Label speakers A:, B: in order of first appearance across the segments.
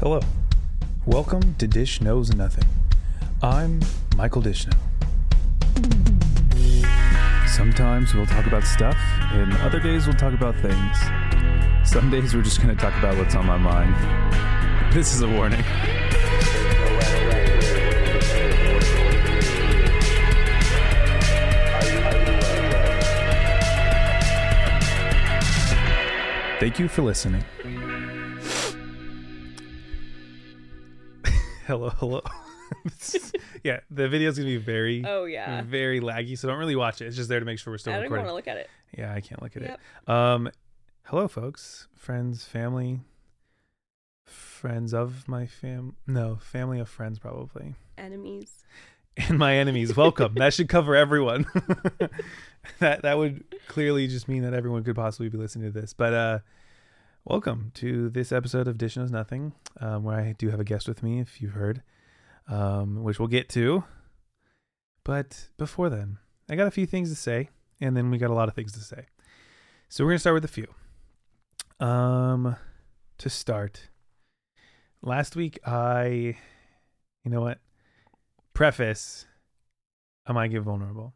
A: Hello. Welcome to Dish Knows Nothing. I'm Michael Dishnow. Sometimes we'll talk about stuff, and other days we'll talk about things. Some days we're just going to talk about what's on my mind. This is a warning. Thank you for listening. hello, hello. yeah, the video's gonna be very,
B: Oh yeah.
A: very laggy, so don't really watch it. It's just there to make sure we're Mm-hmm. still
B: I don't even
A: recording.
B: want to look at it.
A: Yeah, I can't look at it.
B: Yep.
A: Um, hello, folks, friends, family, friends of my fam. No, family of friends, probably,
B: Enemies.
A: and my enemies. Welcome. that should cover everyone. that that would clearly just mean that everyone could possibly be listening to this. But uh, welcome to this episode of Dish Knows Nothing, um, where I do have a guest with me, if you've heard, um, which we'll get to. But before then, I got a few things to say, and then we got a lot of things to say. So we're gonna start with a few. Um, to start, last week I, you know what, preface, I might get vulnerable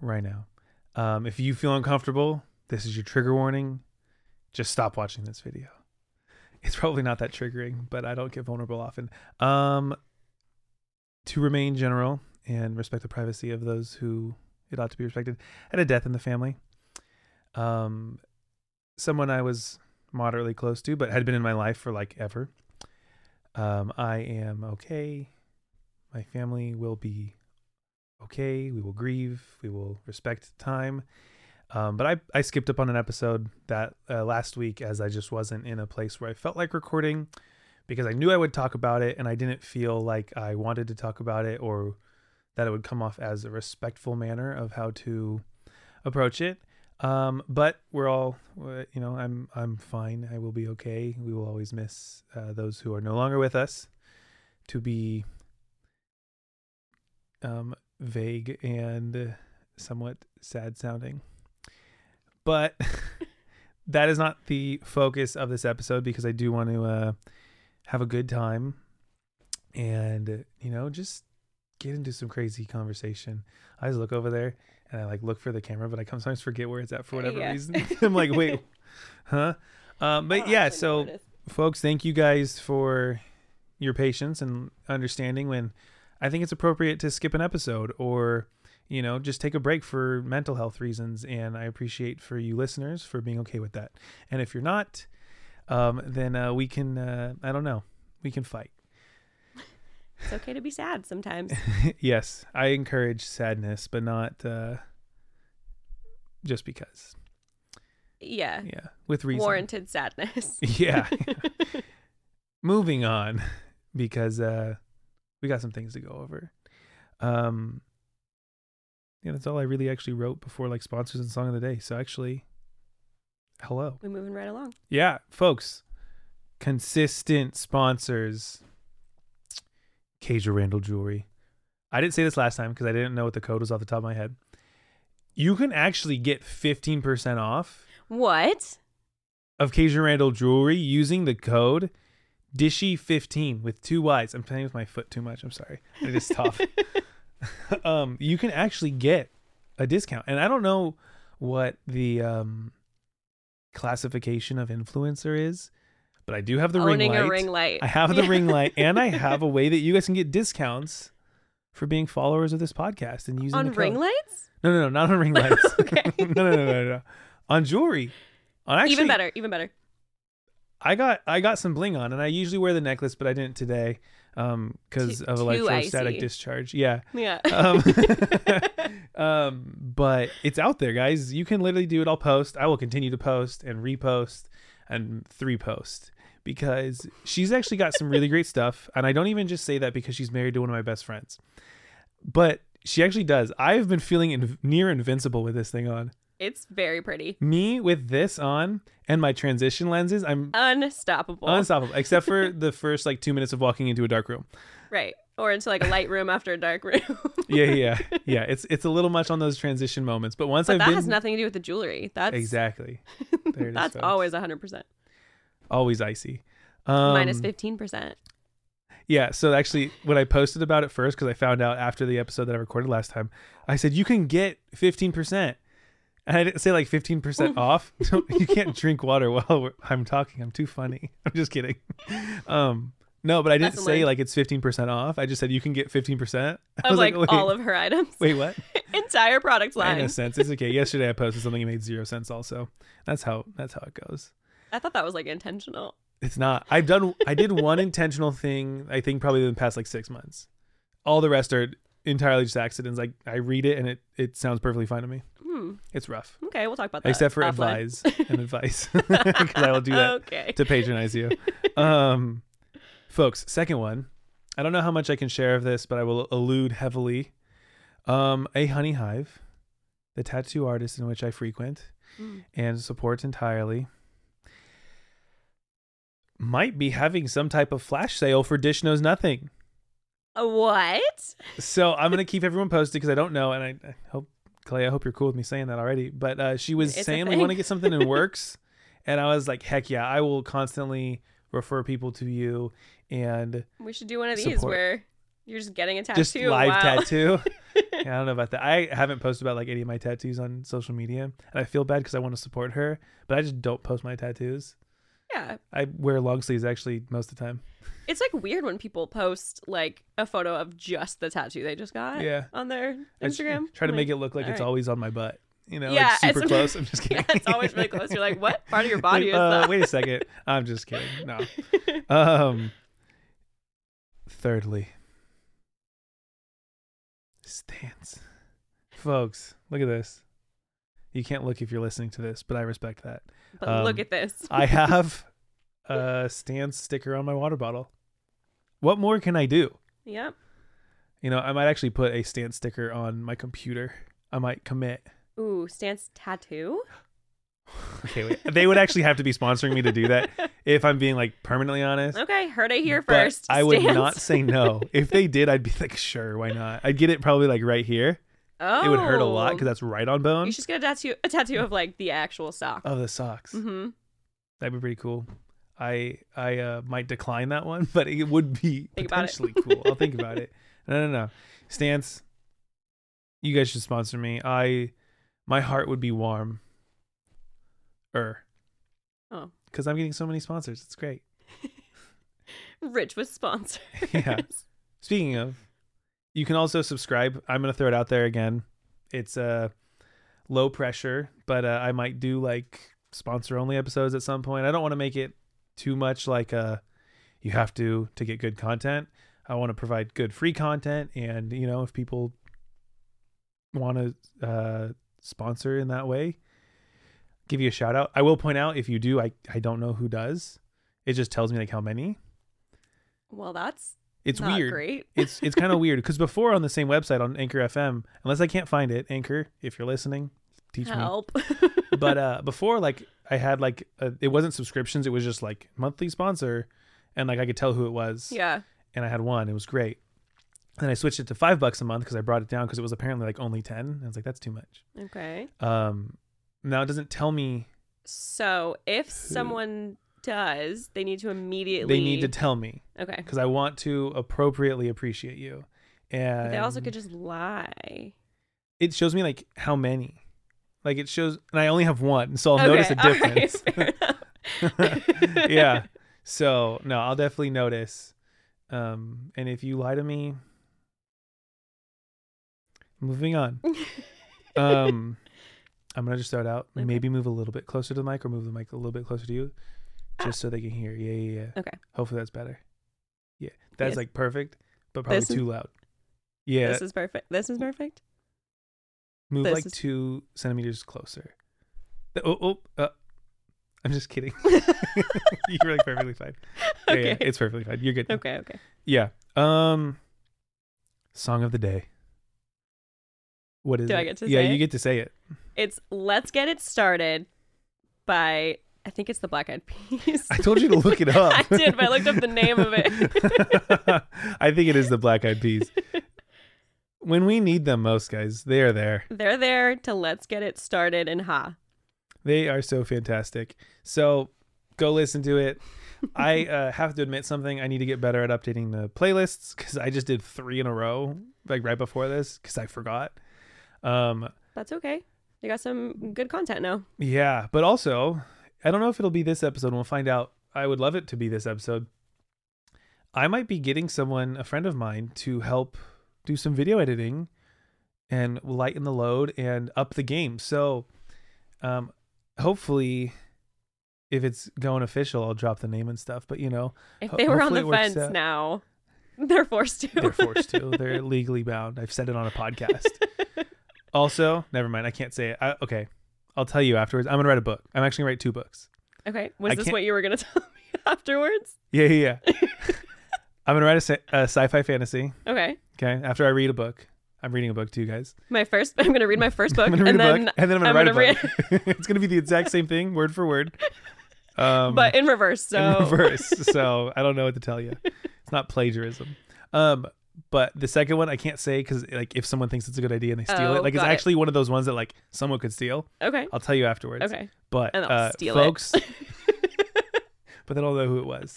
A: right now. Um, if you feel uncomfortable, this is your trigger warning. Just stop watching this video. It's probably not that triggering, but I don't get vulnerable often. Um, to remain general and respect the privacy of those who it ought to be respected, I had a death in the family. Um, someone I was moderately close to, but had been in my life for like ever. Um, I am okay. My family will be okay. We will grieve. We will respect time. Um, but I, I skipped up on an episode that uh, last week as I just wasn't in a place where I felt like recording because I knew I would talk about it and I didn't feel like I wanted to talk about it or that it would come off as a respectful manner of how to approach it. Um, but we're all, uh, you know, I'm I'm fine. I will be okay. We will always miss uh, those who are no longer with us. To be um, vague and somewhat sad sounding. But that is not the focus of this episode because I do want to uh, have a good time and, you know, just get into some crazy conversation. I just look over there and I like look for the camera, but I sometimes forget where it's at for whatever
B: Yeah.
A: reason. I'm like, wait, huh? Um,
B: Oh, I
A: but
B: don't
A: yeah,
B: actually
A: so
B: know what it is.
A: folks thank you guys for your patience and understanding when i think it's appropriate to skip an episode or you know just take a break for mental health reasons and i appreciate for you listeners for being okay with that and if you're not um, then uh, we can uh, i don't know we can fight
B: it's okay to be sad sometimes.
A: yes i encourage sadness but not uh, just because
B: Yeah.
A: yeah with reason
B: Warranted sadness.
A: yeah moving on because uh we got some things to go over um yeah that's all i really actually wrote before like sponsors and song of the day so actually hello
B: We're moving right along.
A: yeah folks consistent sponsors Cager Randall Jewelry. I didn't say this last time because I didn't know what the code was off the top of my head. You can actually get 15% off
B: What?
A: of Cajun Randall jewelry using the code Dishy15 with two Y's. I'm playing with my foot too much. I'm sorry. It is tough. um, you can actually get a discount. And I don't know what the um, classification of influencer is, but I do have the
B: Owning
A: ring light.
B: a ring light.
A: I have the
B: Yeah.
A: ring light and I have a way that you guys can get discounts for being followers of this podcast and using
B: on
A: the code.
B: ring lights.
A: No, no, no, not on ring lights.
B: Okay.
A: no, no, no, no, no. On jewelry. On actually,
B: even better. Even better.
A: I got I got some bling on, and I usually wear the necklace, but I didn't today um because
B: Too-
A: of
B: too
A: electrostatic
B: icy.
A: discharge. Yeah.
B: Yeah.
A: Um, um, but it's out there, guys. You can literally do it. I'll post. I will continue to post and repost and three post because she's actually got some really great stuff, and I don't even just say that because she's married to one of my best friends, but she actually does. I've been feeling in- near invincible with this thing on.
B: it's very pretty.
A: Me with this on and my transition lenses. I'm
B: Unstoppable.
A: Unstoppable, except for the first like two minutes of walking into a dark room.
B: right. Or into like a light room after a dark room.
A: Yeah, yeah, yeah. yeah. It's it's a little much on those transition moments, but once
B: but
A: I've
B: that
A: been
B: has nothing to do with the jewelry. That's
A: exactly, there it is,
B: that's
A: folks.
B: always hundred percent.
A: always icy. Um,
B: Minus 15%.
A: Yeah. So actually, when I posted about it first, because I found out after the episode that I recorded last time, I said you can get fifteen percent, and I didn't say like fifteen percent off. So you can't drink water while we're, I'm talking. I'm too funny. I'm just kidding. Um, no, but I didn't
B: Lesson
A: say
B: learned.
A: like it's fifteen percent off. I just said you can get fifteen percent. I
B: Of like,
A: wait,
B: all of her items.
A: wait, what?
B: Entire product
A: I know
B: line.
A: sense. It's okay. Yesterday I posted something and made zero sense. Also, that's how that's how it goes.
B: I thought that was like intentional.
A: It's not. I've done. I did one intentional thing. I think probably in the past like six months. All the rest are entirely just accidents. Like I read it and it it sounds perfectly fine to me.
B: Hmm.
A: It's rough,
B: Okay, we'll talk about that.
A: except for
B: offline.
A: advise and advice, because I will do that
B: Okay.
A: to patronize you. Um, folks, second one. I don't know how much I can share of this, but I will allude heavily. Um, a honey hive, the tattoo artist in which I frequent
B: Mm.
A: and supports entirely, might be having some type of flash sale for Dish Knows Nothing.
B: A Uh, What?
A: So I'm gonna keep everyone posted because I don't know, and I, I hope Clay, I hope you're cool with me saying that already. But uh, she was
B: It's a
A: saying we
B: thing.
A: want to get something in works, and I was like, heck yeah, I will constantly refer people to you and
B: We should do one of these
A: Support.
B: where you're just getting a tattoo.
A: just live
B: wow.
A: tattoo. Yeah, I don't know about that. I haven't posted about like any of my tattoos on social media, and I feel bad because I want to support her, but I just don't post my tattoos.
B: Yeah.
A: I wear long sleeves actually most of the time.
B: It's like weird when people post like a photo of just the tattoo they just got
A: Yeah.
B: on their
A: I just
B: Instagram.
A: Try to
B: I'm
A: make it look like
B: all
A: it's
B: right.
A: always on my butt. You know,
B: Yeah,
A: like super
B: it's-
A: close. I'm just
B: Yeah,
A: kidding.
B: it's always really close. You're like, what part of your body is
A: Uh,
B: that?
A: wait a second. I'm just kidding. No. Um. Thirdly, stance, folks. Look at this. You can't look if you're listening to this, but I respect that.
B: But look
A: um,
B: at this.
A: I have a stance sticker on my water bottle. What more can I do?
B: yep.
A: You know, I might actually put a stance sticker on my computer. I might commit.
B: Ooh, stance tattoo.
A: Okay, wait. they would actually have to be sponsoring me to do that if I'm being like permanently honest.
B: Okay, heard it here
A: But
B: first.
A: I would
B: Stance.
A: not say no. If they did, I'd be like, sure, why not? I'd get it probably like right here.
B: Oh,
A: It would hurt a lot because that's right on bone
B: you should get a tattoo, a tattoo of like the actual sock.
A: of the socks.
B: mm-hmm.
A: That'd be pretty cool. I I uh, might decline that one, but it would be
B: Think about it.
A: potentially cool. I'll think about it. No, no, no. Stance, you guys should sponsor me. I my heart would be warm. Er.
B: Oh.
A: Because I'm getting so many sponsors. It's great.
B: Rich with sponsors.
A: Yeah. Speaking of, you can also subscribe. I'm gonna throw it out there again. It's uh low pressure, but uh, I might do like sponsor only episodes at some point. I don't want to make it too much like uh you have to to get good content. I want to provide good free content, and you know if people want to uh, sponsor in that way, give you a shout out. I will point out if you do, I I don't know who does. It just tells me like how many.
B: Well, that's
A: It's
B: not
A: weird
B: Great.
A: it's it's kind of weird because before on the same website on Anchor FM, unless I can't find it, Anchor, if you're listening, teach
B: Help.
A: me. But uh, before, like I had like a, it wasn't subscriptions; it was just like monthly sponsor, and like I could tell who it was,
B: yeah.
A: and I had one. It was great. Then I switched it to five bucks a month because I brought it down because it was apparently like only ten. I was like, that's too much.
B: Okay.
A: Um, now it doesn't tell me.
B: So if someone does, they need to immediately.
A: They need to tell me
B: okay.
A: because I want to appropriately appreciate you.
B: But
A: And
B: they also could just lie.
A: it shows me like how many. Like it shows, and I only have one, so I'll
B: okay.
A: notice a
B: all right,
A: difference.
B: fair enough.
A: yeah. So no, I'll definitely notice. Um, and if you lie to me, moving on. Um, I'm gonna just throw it out.
B: Okay.
A: Maybe move a little bit closer to the mic, or move the mic a little bit closer to you,
B: Ah.
A: just so they can hear. Yeah, yeah, yeah.
B: Okay.
A: Hopefully that's better. Yeah, that's
B: Yes.
A: like perfect, but probably
B: This is-
A: too loud. Yeah,
B: This is perfect. This is perfect.
A: Move
B: This
A: like
B: is-
A: two centimeters closer. Th- Oh, oh, uh, I'm just kidding. You're like perfectly fine. Yeah,
B: Okay.
A: yeah, it's perfectly fine. You're good. now.
B: okay. Okay.
A: Yeah. Um, song of the day. What is
B: Do
A: it?
B: I get to
A: yeah,
B: say
A: you
B: it?
A: get to say it.
B: It's "Let's Get It Started" by I think it's the Black Eyed Peas.
A: I told you to look it up.
B: I did, but I looked up the name of it.
A: I think it is the Black Eyed Peas. When we need them most, guys, they are there.
B: They're there to let's get it started and ha.
A: They are so fantastic. So go listen to it. I uh, have to admit something. I need to get better at updating the playlists because I just did three in a row, like right before this, because I forgot. Um,
B: That's okay. You got some good content now.
A: yeah, but also, I don't know if it'll be this episode. We'll find out. I would love it to be this episode. I might be getting someone, a friend of mine, to help do some video editing and lighten the load and up the game. So, um, hopefully, if it's going official, I'll drop the name and stuff. But you know,
B: If
A: Ho-
B: they were on
A: hopefully
B: the
A: it works
B: fence
A: out.
B: now, they're forced to.
A: They're forced to. They're legally bound. I've said it on a podcast. Also, never mind. I can't say it. I, okay, I'll tell you afterwards. I'm gonna write a book. I'm actually gonna write two books.
B: okay. Was
A: I
B: this
A: can't-
B: what you were going to tell me afterwards?
A: Yeah, yeah. yeah. I'm gonna write a, sci- a sci-fi fantasy.
B: Okay.
A: Okay, after I read a book, I'm reading a book to you guys.
B: My first, I'm going to read my first book
A: I'm gonna read
B: and
A: a
B: then,
A: book, and then I'm gonna
B: I'm
A: write
B: gonna
A: a book. it's gonna be the exact same thing, word for word. Um,
B: but in reverse. So,
A: in reverse. so I don't know what to tell you. It's not plagiarism. Um, but the second one I can't say because like if someone thinks it's a good idea and they steal
B: Oh,
A: it, like it's
B: got it.
A: actually one of those ones that like someone could steal.
B: okay.
A: I'll tell you afterwards.
B: Okay.
A: But
B: And I'll
A: uh,
B: steal it.
A: folks, but they don't know who it was.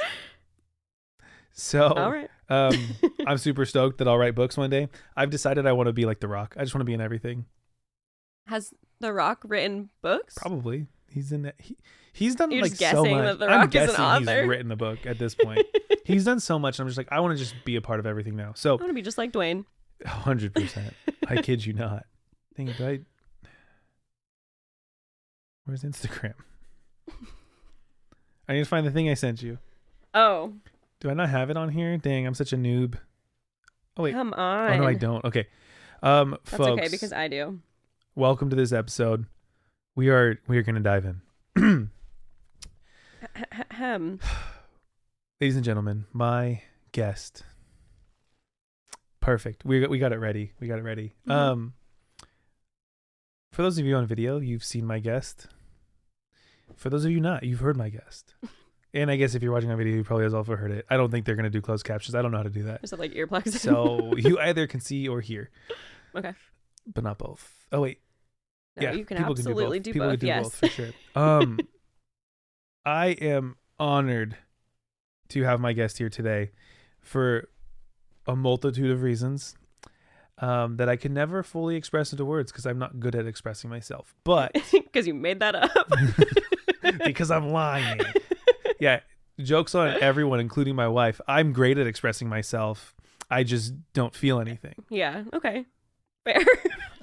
A: So
B: All right.
A: um, I'm super stoked that I'll write books one day. I've decided I want to be like The Rock. I just want to be in everything.
B: Has The Rock written books?
A: Probably he's in that. He, he's done
B: You're
A: like
B: just
A: so
B: guessing
A: much.
B: that The
A: I'm
B: Rock is an
A: guessing
B: author.
A: he's written a book at this point. he's done so much and i'm just like i want to just be a part of everything now so
B: I want to be just like Dwayne.
A: 100% i kid you not Dang, it, do I... where's instagram i need to find the thing i sent you
B: Oh,
A: do i not have it on here dang i'm such a noob Wait.
B: come on.
A: oh no i don't okay um
B: That's
A: folks
B: okay because I do.
A: welcome to this episode we are we are gonna dive in
B: Ahem.
A: ladies and gentlemen my guest perfect we got, we got it ready we got it ready
B: Mhm.
A: um for those of you on video you've seen my guest for those of you not you've heard my guest and i guess if you're watching on video you probably has also heard it i don't think they're going to do closed captions i don't know how to do that
B: Is it like earplugs?
A: so you either can see or hear
B: Okay.
A: but not both oh wait
B: No,
A: yeah,
B: you can
A: people do
B: absolutely
A: both.
B: do
A: people can
B: both.
A: do
B: yes.
A: both for sure um I am honored to have my guest here today for a multitude of reasons um, that I can never fully express into words because I'm not good at expressing myself. But
B: because you made that up.
A: because I'm lying. Yeah, jokes on everyone, including my wife. I'm great at expressing myself. I just don't feel anything.
B: yeah. Okay. Fair.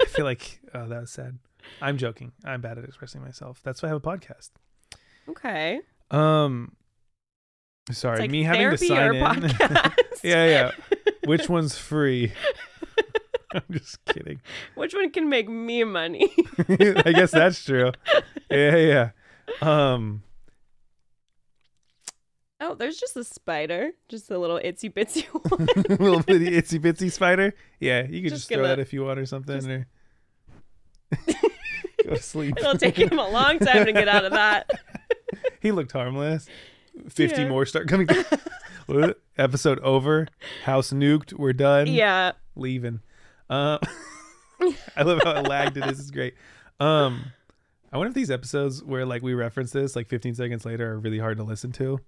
A: I feel like oh, that was sad. I'm joking. I'm bad at expressing myself. That's why I have a podcast.
B: okay.
A: Um, sorry,
B: It's like
A: me having to
B: therapy
A: sign
B: or
A: in.
B: podcast.
A: yeah, yeah. Which one's free? I'm just kidding.
B: Which one can make me money?
A: I guess that's true. Yeah, yeah. Um,
B: Oh, there's just a spider, just a little itsy bitsy one.
A: little bitty itsy bitsy spider. Yeah, you could
B: Just
A: just, throw
B: gonna-
A: that if you want or something,
B: just-
A: or go to sleep.
B: It'll take him a long time to get out of that.
A: he looked harmless. Fifty
B: Yeah.
A: more start coming. What? Episode over. House nuked. We're done.
B: Yeah.
A: leaving. Um, I love how it lagged it is. It's great. Um, I wonder if these episodes where like we reference this like 15 seconds later are really hard to listen to.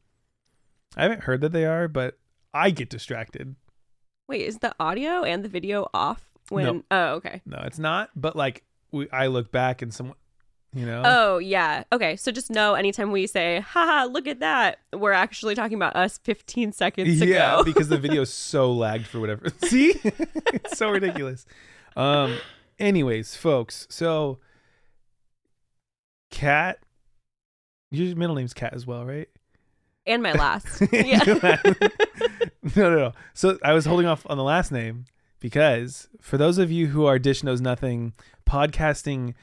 A: I haven't heard that they are, but I get distracted.
B: Wait, is the audio and the video off when? Oh, okay.
A: No, it's not. But like we, I look back and someone, you know,
B: Oh, yeah. Okay. So just know anytime we say, haha, look at that, we're actually talking about us 15 seconds
A: yeah,
B: ago.
A: because the video's so lagged for whatever. See, it's so ridiculous. Um, anyways, folks, so Kat, your middle name's Kat as well, right?
B: and my last.
A: Your
B: yeah.
A: last- no, no, no. So I was holding off on the last name because for those of you who are Dish Knows Nothing podcasting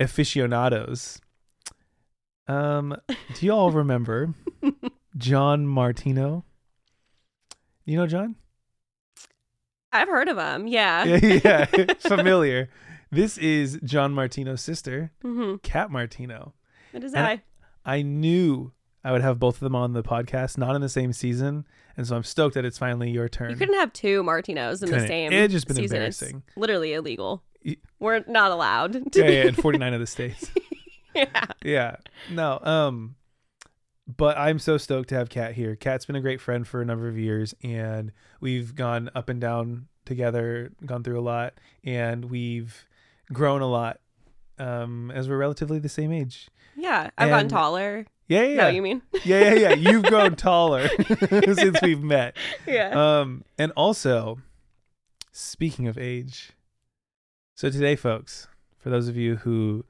A: aficionados, um, do you all remember John Martino? You know John?
B: I've heard of him. Yeah.
A: Yeah, yeah, familiar. This is John Martino's sister,
B: Mm-hmm.
A: Kat Martino.
B: It is
A: And
B: I.
A: I knew I would have both of them on the podcast, not in the same season, and so I'm stoked that it's finally your turn.
B: You couldn't have two Martinos in the
A: Couldn't.
B: same.
A: It'd just been
B: season.
A: embarrassing.
B: It's literally illegal.
A: Y-
B: We're not allowed. To
A: yeah, yeah, in 49 of the states.
B: yeah.
A: Yeah. No. Um but I'm so stoked to have Kat here. Kat's been a great friend for a number of years, and we've gone up and down together, gone through a lot, and we've grown a lot um, as we're relatively the same age.
B: Yeah, I've gotten
A: And-
B: taller.
A: Yeah,
B: Is that
A: yeah,
B: what
A: yeah,
B: you mean?
A: yeah, yeah. You've grown taller since we've met.
B: yeah.
A: Um, and also, speaking of age, so today, folks, for those of you who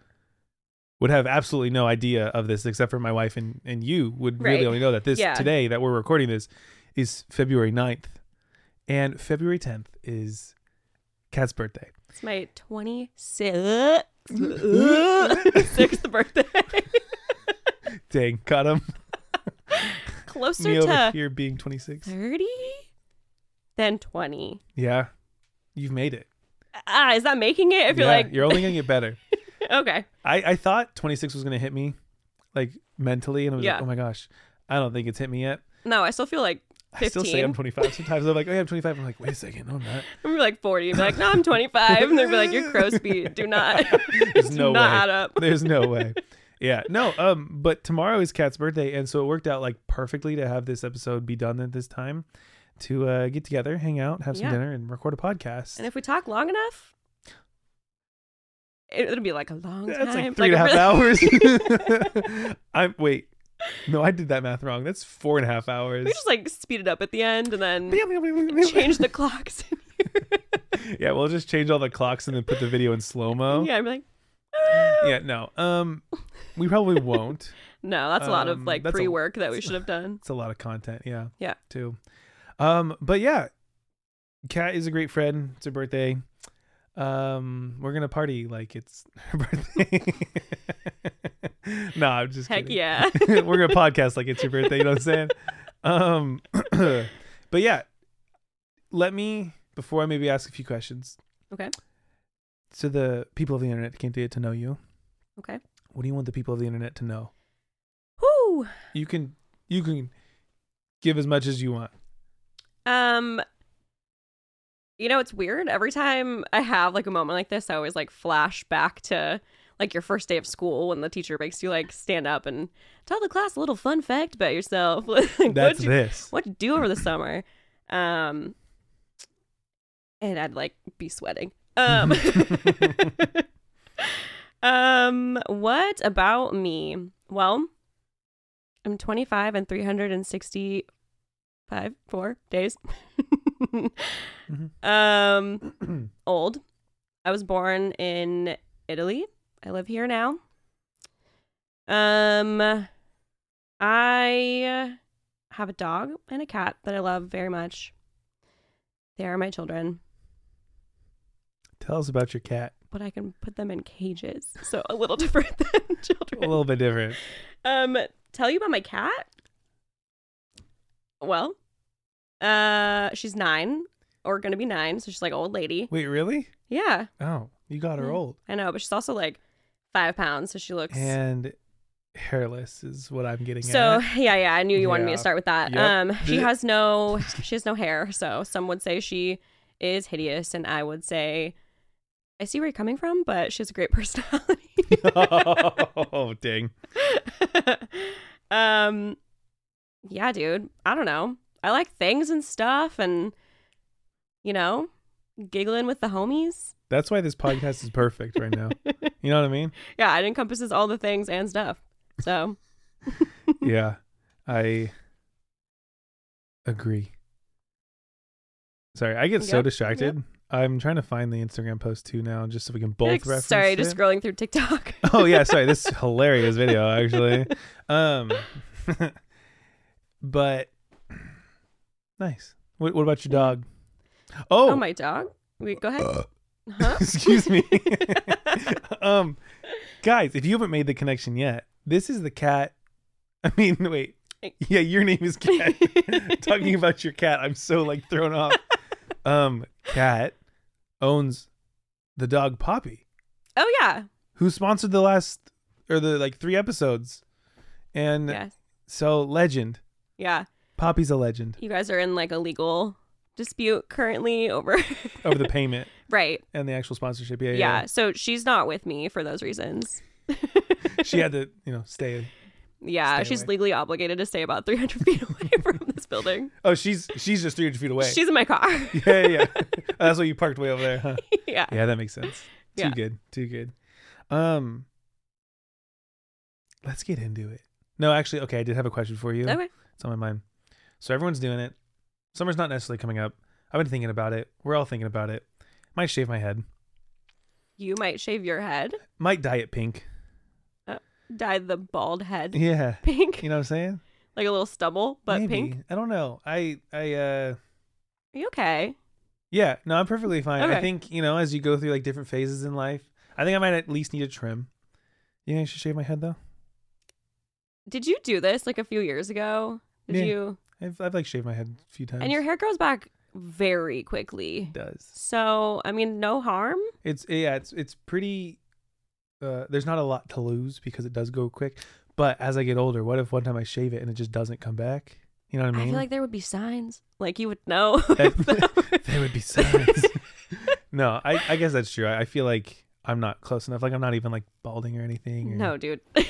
A: would have absolutely no idea of this, except for my wife and, and you would really
B: Right.
A: only know that this
B: Yeah.
A: today that we're recording this is February 9th. And February 10th is Kat's birthday.
B: it's my 26th sixth birthday.
A: Dang, got him.
B: Closer
A: Me over
B: to
A: here being 26.
B: 30 than 20.
A: Yeah, you've made it.
B: Ah, is that making it? I feel
A: yeah,
B: like.
A: you're only going to get better.
B: okay.
A: I, I thought 26 was going to hit me like mentally, and I was
B: Yeah.
A: like, oh my gosh, I don't think it's hit me yet.
B: No, I still feel like
A: I still say
B: 15.
A: I'm 25 sometimes. I'm like, oh yeah, I'm 25. I'm like, wait a second, no, I'm not.
B: I'm like 40. Be like, no, I'm 25. And they'll be like, you're crow speed. Do not.
A: There's
B: do
A: no
B: not
A: way.
B: add up.
A: There's no way. Yeah, no. Um, but tomorrow is Kat's birthday, and so it worked out like perfectly to have this episode be done at this time to uh, get together, hang out, have some
B: Yeah.
A: dinner, and record a podcast.
B: And if we talk long enough, it, it'll be like a long
A: That's
B: time.
A: like three and a half
B: really-
A: hours. I'm wait, no, I did that math wrong. That's four and a half hours.
B: We just like speed it up at the end and then change the clocks.
A: yeah, we'll just change all the clocks and then put the video in slow mo.
B: yeah, I'm like,
A: Uh-huh. yeah, no. Um, we probably won't.
B: no, that's a lot
A: Um,
B: of like
A: that's a-
B: pre work that we should have done.
A: It's a lot of content. Yeah.
B: Yeah.
A: Too. Um, but yeah, Kat is a great friend. It's her birthday. Um, we're gonna party like it's her birthday. no, I'm just
B: Heck
A: kidding.
B: yeah.
A: we're gonna podcast like it's your birthday. You know what I'm saying? Um, but yeah, let me before I maybe ask a few questions.
B: Okay.
A: So the people of the internet that can't get to know you.
B: Okay.
A: What do you want the people of the internet to know?
B: Whoo.
A: You can you can give as much as you want.
B: Um, you know, it's weird. Every time I have like a moment like this, I always like flash back to like your first day of school when the teacher makes you like stand up and tell the class a little fun fact about yourself. Like,
A: That's
B: what you,
A: this.
B: what you do over the summer. Um, and I'd like be sweating. Um, um, what about me? Well, I'm 25 and 365 four days. um, old. I was born in Italy. I live here now. Um I have a dog and a cat that I love very much. They are my children,
A: Tell us about your cat.
B: but I can put them in cages. So a little different than
A: A
B: children.
A: little bit different.
B: Um tell you about my cat? Well, uh she's 9 or going to be 9, so she's like an old lady.
A: Wait, really?
B: Yeah.
A: Oh, you got her
B: Yeah.
A: old
B: I know, but she's also like five pounds, so she looks.
A: and hairless is what I'm getting
B: so
A: at.
B: yeah, yeah. I knew you wanted me
A: Yeah.
B: to start with that.
A: Yep.
B: Um, she
A: Blech.
B: has no, she has no hair. So some would say she is hideous, and I would say, I see where you're coming from, but she has a great personality.
A: oh, dang.
B: um, yeah, dude. I don't know. I like things and stuff, and you know, giggling with the homies.
A: That's why this podcast is perfect right now. You know what I mean?
B: Yeah, it encompasses all the things and stuff. So.
A: yeah, I agree. Sorry, I get so
B: Yep,
A: distracted. I'm trying to find the Instagram post too now, just so we can both
B: Like,
A: reference.
B: Sorry,
A: it.
B: just scrolling through TikTok.
A: oh yeah, sorry. This is hilarious video actually. Um, but nice. What, what about your dog? Oh, Uh,
B: Oh, my dog. We go ahead. Huh?
A: excuse me. um, guys, if you haven't made the connection yet, this is the cat. I mean, wait. Yeah, your name is Cat. Talking about your cat, I'm so like thrown off. Um, Cat owns the dog Poppy,
B: oh yeah.
A: who sponsored the last or the like three episodes, and
B: Yes.
A: so legend.
B: Yeah.
A: Poppy's a legend
B: You guys are in like a legal dispute currently over
A: over the payment
B: right.
A: and the actual sponsorship. Yeah,
B: Yeah.
A: yeah.
B: So she's not with me for those reasons.
A: yeah. She had to, you know, stay
B: Yeah,
A: Stay
B: she's
A: away.
B: legally obligated to stay about 300 feet away from this building.
A: Oh, she's she's just 300 feet away.
B: She's in my car.
A: yeah, yeah. That's why you parked way over there, huh?
B: yeah.
A: Yeah, that makes sense. Too
B: Yeah.
A: good. Too good. Um Let's get into it. No, actually, okay, I did have a question for you.
B: Okay.
A: It's on my mind. So everyone's doing it. Summer's not necessarily coming up. I've been thinking about it. We're all thinking about it. Might shave my head.
B: You might shave your head,
A: Might dye it pink.
B: dye the bald head
A: Yeah.
B: pink,
A: You know what I'm saying?
B: like a little stubble, but
A: Maybe.
B: pink.
A: I don't know. I I uh
B: Are you okay?
A: yeah, no, I'm perfectly fine. I
B: Okay.
A: think, you know, as you go through like different phases in life, I think I might at least need a trim. You think I should shave my head though?
B: Did you do this like a few years ago? Did
A: Yeah.
B: you?
A: I've I've like shaved my head a few times.
B: And your hair grows back very quickly.
A: It does.
B: So, I mean, no harm.
A: It's yeah, it's it's pretty uh there's not a lot to lose because it does go quick. But as I get older, what if one time I shave it and it just doesn't come back? You know what I
B: I
A: mean?
B: feel like there would be signs. Like you would know.
A: That- there would be signs. no, I, I guess that's true. I, I feel like I'm not close enough. Like I'm not even like balding or anything. Or,
B: no, dude. I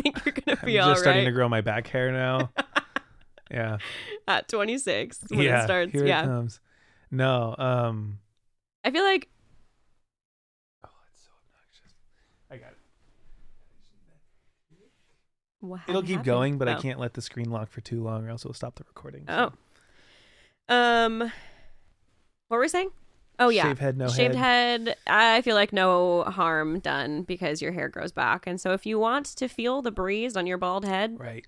B: think you're going to
A: I'm
B: be
A: just
B: all right
A: starting to grow my back hair now. yeah.
B: at 26 when
A: yeah.
B: it starts.
A: Here it
B: Yeah.
A: comes. No. Um.
B: I feel like
A: Oh, it's so obnoxious. I got it.
B: What
A: It'll keep
B: happened?
A: going, but I
B: Oh.
A: can't let the screen lock for too long, or else it'll stop the recording.
B: Oh. Um, what were we saying? Oh yeah,
A: Shave head, no
B: shaved
A: head.
B: head. I feel like no harm done because your hair grows back, and so if you want to feel the breeze on your bald head,
A: Right.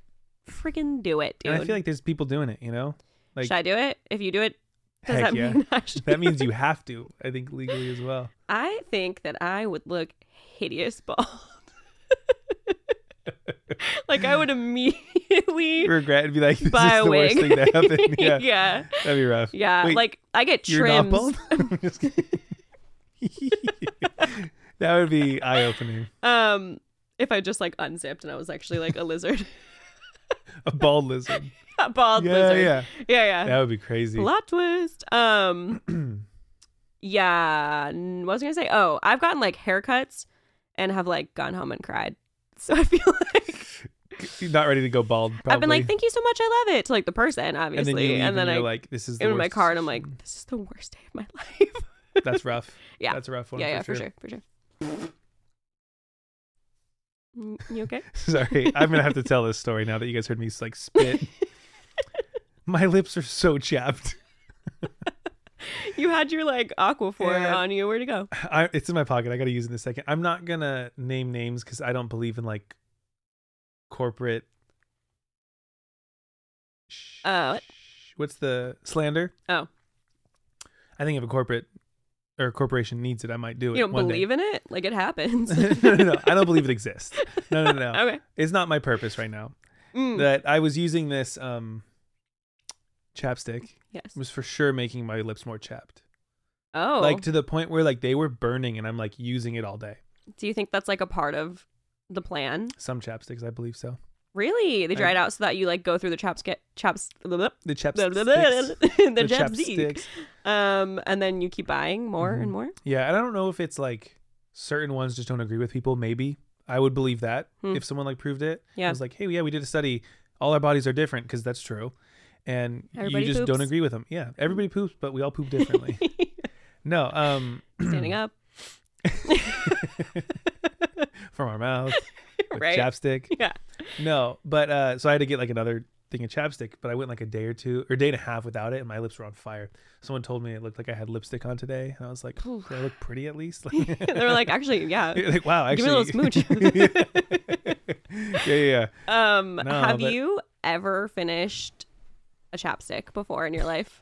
B: freaking do it, dude.
A: And I feel like there's people doing it. You know, like
B: should I do it? If you do it, does
A: heck
B: that
A: yeah.
B: mean I should?
A: that means you have to. I think legally as well.
B: I think that I would look hideous bald. like I would immediately
A: Regret and be like, this
B: buy
A: is
B: a
A: the
B: wig.
A: worst thing that happened. Yeah.
B: yeah.
A: That'd be rough.
B: Yeah,
A: Wait,
B: like I get
A: You're not
B: trims.
A: bald? I'm just kidding. that would be eye opening.
B: Um, if I just like unzipped and I was actually like a lizard,
A: A bald lizard.
B: a bald
A: yeah,
B: lizard. Yeah,
A: yeah.
B: yeah,
A: That would be crazy.
B: Plot twist. Um, yeah. n- What was I gonna say? Oh, I've gotten like haircuts and have like gone home and cried. So I feel like
A: You're not ready to go bald. Probably.
B: I've been like, "Thank you so much, I love it." To like the person,
A: and then you
B: obviously,
A: leave and,
B: I
A: you're like, this is the
B: am in my
A: worst
B: car and I'm like,
A: decision.
B: "This is the worst day of my life."
A: that's rough.
B: Yeah.
A: that's a rough one.
B: yeah,
A: for
B: yeah,
A: sure.
B: for sure, for sure. Mm, You okay?
A: Sorry, I'm gonna have to tell this story now that you guys heard me like spit. my lips are so chapped.
B: You had your like aquaphor
A: Yeah.
B: on you. Where'd it go?
A: I, it's in my pocket. I gotta use it in a second. I'm not gonna name names because I don't believe in like corporate. Sh-
B: Uh, what?
A: what's the slander?
B: Oh.
A: I think if a corporate or a corporation needs it, I might do it.
B: You don't
A: one
B: believe in it? Like it happens.
A: Day. no, no, no. I don't believe it exists. No, no, no.
B: Okay.
A: It's not my purpose right now.
B: Mm,
A: That I was using this um chapstick
B: yes.
A: was for sure making my lips more chapped.
B: Oh.
A: Like to the point where like they were burning and I'm like using it all day.
B: do you think that's like a part of the plan?
A: Some chapsticks, I believe so.
B: Really? They
A: I-
B: dry it out so that you like go through the chops get chops blah, blah,
A: The
B: blah, blah, blah,
A: chapsticks.
B: the,
A: The
B: chapstick.
A: chapsticks.
B: Um and then you keep buying more
A: Mhm.
B: and more?
A: Yeah, and I don't know if it's like certain ones just don't agree with people. Maybe I would believe that
B: Hmm.
A: if someone like proved it.
B: Yeah.
A: I was like, hey, yeah, we did a study. All our bodies are different because that's true, and
B: Everybody
A: you just don't
B: poops.
A: agree with them. Yeah, everybody poops, but we all poop differently. no, um,
B: Standing up.
A: from our mouth, with
B: Right.
A: chapstick.
B: Yeah.
A: No, but uh, so I had to get like another thing of chapstick, but I went like a day or two or day and a half without it, and my lips were on fire. Someone told me it looked like I had lipstick on today, and I was like,
B: Ooh.
A: "Do I look pretty at least?"
B: they were like, actually, yeah.
A: You're like, wow,
B: Give
A: actually.
B: me a little
A: yeah, yeah, yeah.
B: Um
A: No,
B: have
A: but-
B: you ever finished a chapstick before in your life?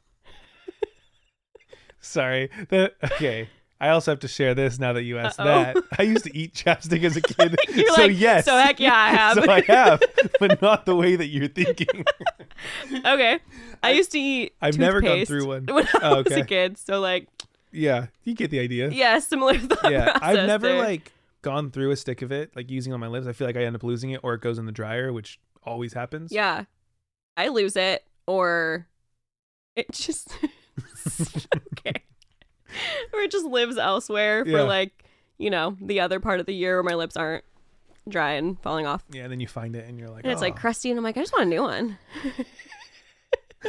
A: Sorry. The, okay. I also have to share this now that you asked
B: Uh-oh.
A: that. I used to eat chapstick as a kid.
B: You're
A: so,
B: like,
A: yes.
B: So heck yeah, I have.
A: So I have, but not the way that you're thinking.
B: okay. I used to eat.
A: I've never gone
B: toothpaste
A: through one.
B: When I
A: Oh,
B: was
A: okay.
B: a kid, so like,
A: Yeah. You get the idea.
B: yeah, similar thought
A: Yeah,
B: process.
A: I've never
B: there.
A: like gone through a stick of it, like using it on my lips. I feel like I end up losing it or it goes in the dryer, which always happens.
B: Yeah, I lose it or it just okay, or it just lives elsewhere for
A: Yeah.
B: like you know the other part of the year where my lips aren't dry and falling off.
A: Yeah, and then you find it and you're like,
B: And it's like
A: "Oh."
B: crusty, and I'm like, I just want a new one.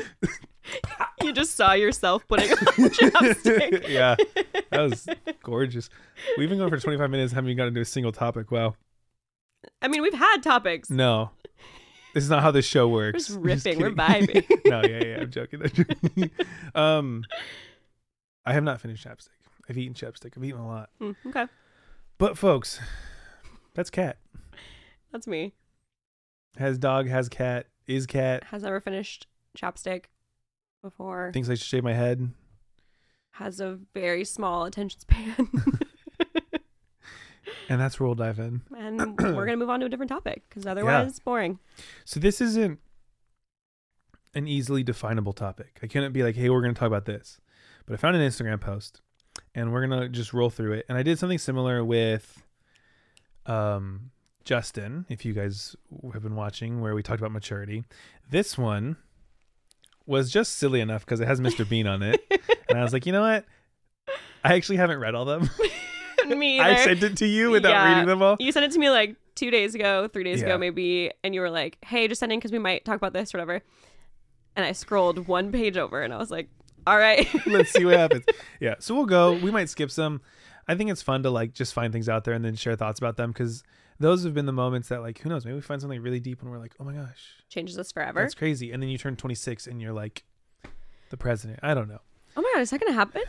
B: you just saw yourself putting on a chapstick.
A: yeah, that was gorgeous. We've been going for 25 minutes, haven't even gotten to a single topic. Wow.
B: I mean, we've had topics.
A: No, this is not how this show works.
B: just
A: I'm
B: riffing, we're
A: kidding.
B: vibing.
A: no, yeah, yeah, I'm joking. I'm joking. um, I have not finished chapstick. I've eaten chapstick. I've eaten a lot.
B: Mm, okay,
A: But folks, that's cat.
B: that's me.
A: Has dog. Has cat. Is cat.
B: Has never finished chapstick before.
A: Thinks I should shave my head.
B: Has a very small attention span,
A: And that's where we'll dive in.
B: and we're gonna move on to a different topic because otherwise, boring.
A: So this isn't an easily definable topic. I couldn't be like, hey, we're going to talk about this. But I found an Instagram post and we're going to just roll through it. And I did something similar with um, Justin, if you guys have been watching, where we talked about maturity. This one was just silly enough because it has Mr. Bean on it. and I was like, you know what? I actually haven't read all them.
B: me
A: I
B: either.
A: sent it to you without
B: Yeah.
A: reading them all.
B: You sent it to me like two days ago, three days
A: Yeah.
B: ago, maybe, and you were like, hey, just sending because we might talk about this or whatever. And I scrolled one page over and I was like, all right.
A: let's see what happens. Yeah. So we'll go. We might skip some. I think it's fun to like just find things out there and then share thoughts about them because those have been the moments that like who knows maybe we find something really deep and we're like oh my gosh
B: Changes us forever.
A: that's crazy and then you turn 26 and you're like the president I don't know
B: Oh my God, is that going to happen?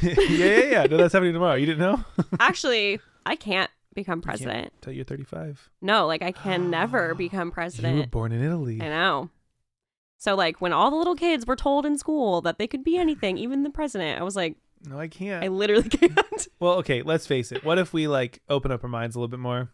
A: yeah yeah yeah no that's happening tomorrow you didn't know
B: Actually, I can't become president.
A: until you're 35
B: No, like I
A: Ah.
B: can never become
A: you were
B: president.
A: born in Italy
B: I know. So, like, when all the little kids were told in school that they could be anything, even the president, I was like,
A: no I
B: I
A: can't
B: literally can't.
A: well okay let's face it what if we like open up our minds a little bit more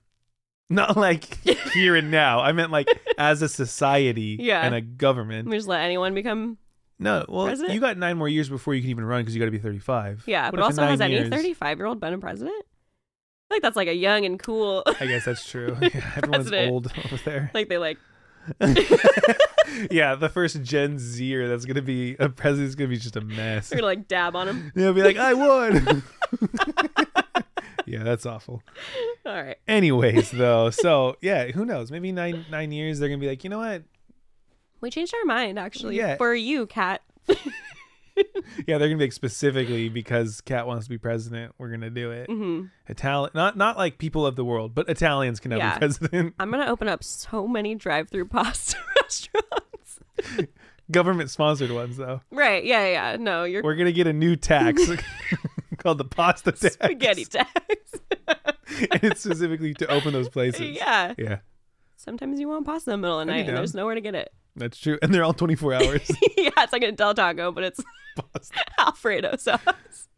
A: not like here and now I meant like as a society
B: Yeah.
A: and a government
B: Let me just let anyone become.
A: No, well,
B: President?
A: you got nine more years before you can even run because you got to be 35.
B: Yeah,
A: What if
B: but
A: in
B: also, has
A: nine
B: any
A: years-
B: 35 year old been a president? I think that's like a young and cool.
A: I guess that's true. Yeah, everyone's
B: President.
A: old over there.
B: like they like
A: yeah, the first Gen Zer that's gonna be a president's gonna be just a mess.
B: they're gonna like dab on him.
A: They'll be like, I won. yeah, that's awful.
B: All right.
A: Anyways, though, so yeah, who knows? Maybe nine nine years they're gonna be like, you know what?
B: We changed our mind actually
A: Yeah.
B: for you, Kat.
A: Yeah, they're gonna be like specifically because Cat wants to be president, we're gonna do it.
B: hmm
A: Italian, not not like people of the world, but Italians can now
B: Yeah.
A: be president.
B: I'm gonna open up so many drive-through pasta restaurants.
A: Government sponsored ones though.
B: Right? Yeah, yeah. yeah. No, you're
A: We're gonna get a new tax called the pasta tax.
B: spaghetti tax.
A: and it's specifically to open those places.
B: yeah.
A: Yeah,
B: Sometimes you want pasta in the middle of the
A: I'd be
B: night and
A: down.
B: there's nowhere to get it.
A: that's true. And they're all 24 hours.
B: yeah, it's like a Del Taco, but it's
A: Pasta.
B: Alfredo sauce.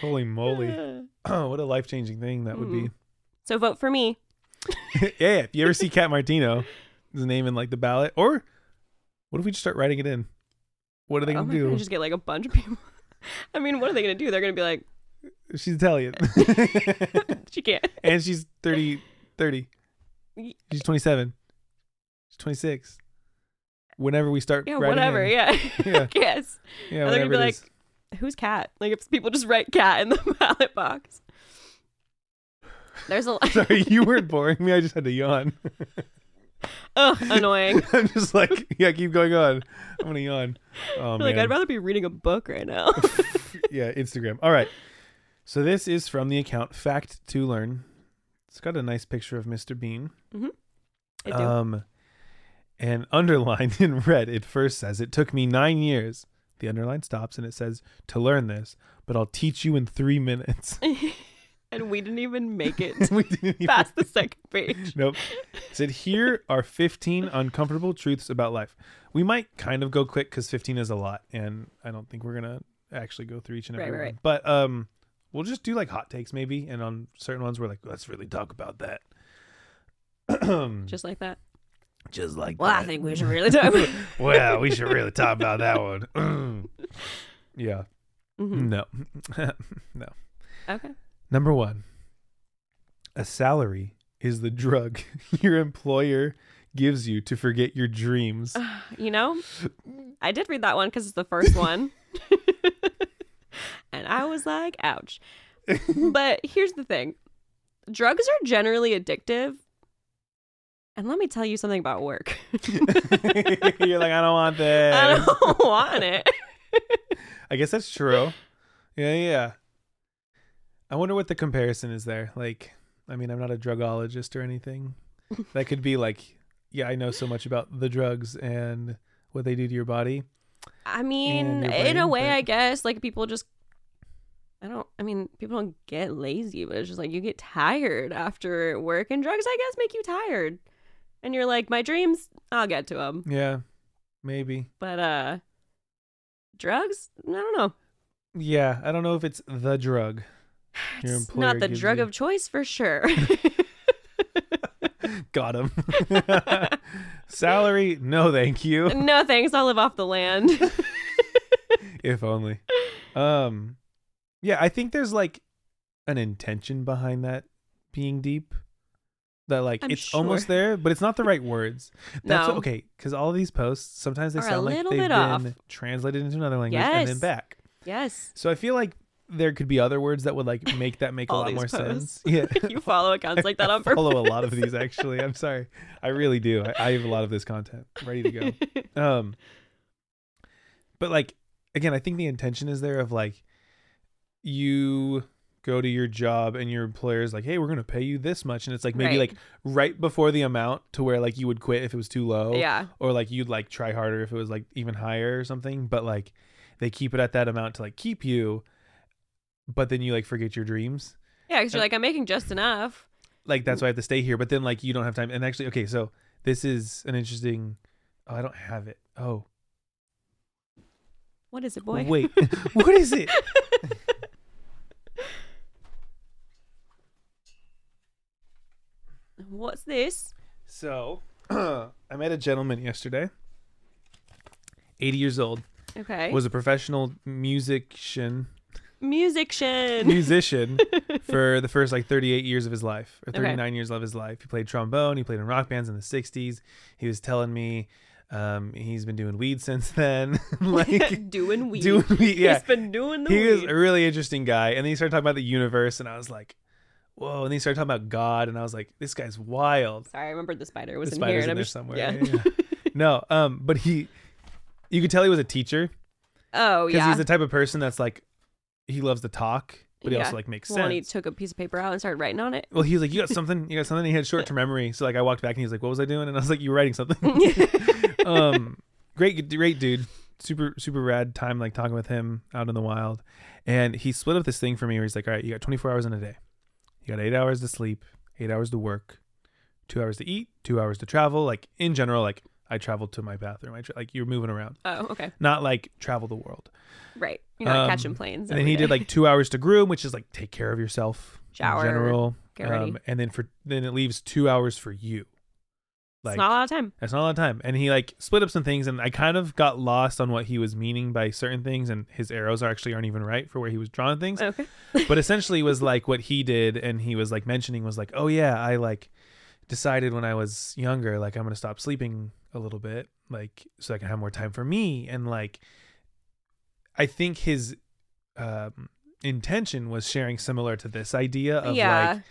A: Holy moly! Oh, what a life changing thing that would
B: so vote for me. Mm-hmm.
A: be. yeah, if you ever see Cat Martino, his name in like the ballot, or what if we just start writing it in? What are they
B: oh
A: gonna
B: my
A: do?
B: God, just get like a bunch of people. I mean, what are they gonna do? They're gonna be like,
A: She's Italian,
B: she can't.
A: and she's 30, 30. She's 27. She's 26. Whenever we start,
B: Yeah,
A: writing
B: whatever.
A: in.
B: Yeah.
A: Yeah.
B: yes.
A: yeah,
B: And they're gonna
A: whatever
B: be
A: it
B: like,
A: is.
B: who's cat? Like if people just write cat in the ballot box. There's a lot.
A: Sorry, you weren't boring me. I just had to yawn.
B: Ugh, annoying.
A: I'm just like, yeah, keep going on. I'm gonna yawn. Oh
B: Like
A: man,
B: I'd rather be reading a book right now.
A: yeah, Instagram. All right. So this is from the account Fact to Learn. It's got a nice picture of Mr. Bean.
B: I do.
A: Um, and underlined in red, it first says, "It took me nine years." The underline stops and it says, "To learn this, but I'll teach you in three minutes."
B: and we didn't even make it
A: we didn't even
B: past the second page.
A: Nope. It said here are 15 uncomfortable truths about life. We might kind of go quick because 15 is a lot, and I don't think we're gonna actually go through each and every
B: Right, right,
A: one. But um, we'll just do like hot takes maybe, and on certain ones we're like, let's really talk about that. just,
B: Just like that.
A: like
B: Well, I
A: that.
B: think we should really talk. about-
A: well, we should really talk about that one. Mm. yeah.
B: Mhm.
A: No. no.
B: Okay.
A: Number one, a salary is the drug your employer gives you to forget your dreams.
B: You know, I did read that one because it's the first one. and I was like, ouch. But here's the thing drugs are generally addictive, And let me tell you something about work.
A: You're like, I don't want this.
B: I don't want it.
A: I guess that's true. Yeah, yeah. I wonder what the comparison is there. Like, I mean, I'm not a drugologist or anything. That could be like, yeah, I know so much about the drugs and what they do to your body.
B: I mean,
A: your
B: in a
A: brain,
B: way,
A: but-
B: I guess like people just. I don't. I mean, people don't get lazy, but it's just like you get tired after work, and drugs, I guess, make you tired. And you're like, my dreams, I'll get to them,
A: Yeah, maybe.
B: but uh, drugs, I don't know.
A: Yeah, I don't know if it's the drug. Your
B: It's
A: employer
B: not the
A: gives
B: drug
A: you-
B: of choice for sure.
A: Got him. Salary? No, thank you.
B: no thanks, I'll live off the land.
A: If only. Um, yeah, I think there's like an intention behind that being deep. That like
B: I'm
A: it's almost
B: sure.
A: there, but it's not the right words. That's
B: no,
A: what- okay, because all these posts sometimes they
B: Are a
A: sound like they've
B: little
A: been
B: bit off.
A: translated into another language and then
B: Yes.
A: back.
B: yes,
A: So I feel like there could be other words that would like make that make a
B: All
A: lot
B: these
A: more sense.
B: posts.
A: Yeah,
B: you follow accounts like that on
A: I
B: purpose.
A: follow a lot of these actually. I'm sorry, I really do. I, I have a lot of this content ready to go. Um, but like again, I think the intention is there of like you go to your job and your employer is like, hey, we're gonna pay you this much, and it's like maybe
B: Right.
A: like right before the amount to where like you would quit if it was too low
B: yeah,
A: or like you'd like try harder if it was like even higher or something but like they keep it at that amount to like keep you but then you like forget your dreams
B: yeah, because
A: Uh,
B: you're like, I'm making just enough.
A: like that's why i have to stay here but then like you don't have time and actually okay so this is an interesting oh i don't have it oh
B: What is it, boy?
A: wait what is it
B: What's this?
A: so i met a gentleman yesterday 80 years old
B: Okay.
A: was a professional musician
B: musician.
A: musician for the first like 38 years of his life or 39 years of his life. He played trombone. He played in rock bands in the 60s. He was telling me um, he's been doing weed since then. like
B: doing weed.
A: doing weed. Yeah,
B: He's been doing the
A: he was
B: weed.
A: a really interesting guy. And then he started talking about the universe, and I was like, whoa. And then he started talking about God, and I was like, this guy's wild.
B: Sorry, I remembered the spider was
A: The
B: in here.
A: spider's in
B: and I'm
A: there
B: just-
A: somewhere.
B: Yeah.
A: Yeah, No, um, but he, you could tell he was a teacher
B: oh
A: because
B: yeah.
A: he's the type of person that's like, he loves to talk, but he
B: Yeah.
A: also like makes
B: well, and
A: sense.
B: he took a piece of paper out and started writing on it.
A: Well, he was like, "You got something? You got something?" He had short term memory, so like I walked back and he was like, "What was I doing?" And I was like, "You were writing something."
B: Oh,
A: um, great, great dude, super, super rad time like talking with him out in the wild, and he split up this thing for me where he's like, "All right, you got 24 hours in a day. You got eight hours to sleep, eight hours to work, two hours to eat, two hours to travel. Like in general, like I traveled to my bathroom. I tra- like you're moving around,
B: oh, okay.
A: not like travel the world."
B: Right. You're not
A: Um,
B: catching planes.
A: and then
B: every
A: he did
B: day.
A: like two hours to groom, which is like take care of yourself,
B: Shower,
A: in general, Um,
B: get ready.
A: and then for then it leaves two hours for you. Like
B: it's not a lot of time.
A: that's not a lot of time, and he like split up some things, and I kind of got lost on what he was meaning by certain things, and his arrows are actually aren't even right for where he was drawing things
B: Okay.
A: but essentially it was like what he did and he was like mentioning was like oh yeah i like decided when i was younger like i'm gonna stop sleeping a little bit like so i can have more time for me and like i think his um intention was sharing similar to this idea of
B: yeah.
A: like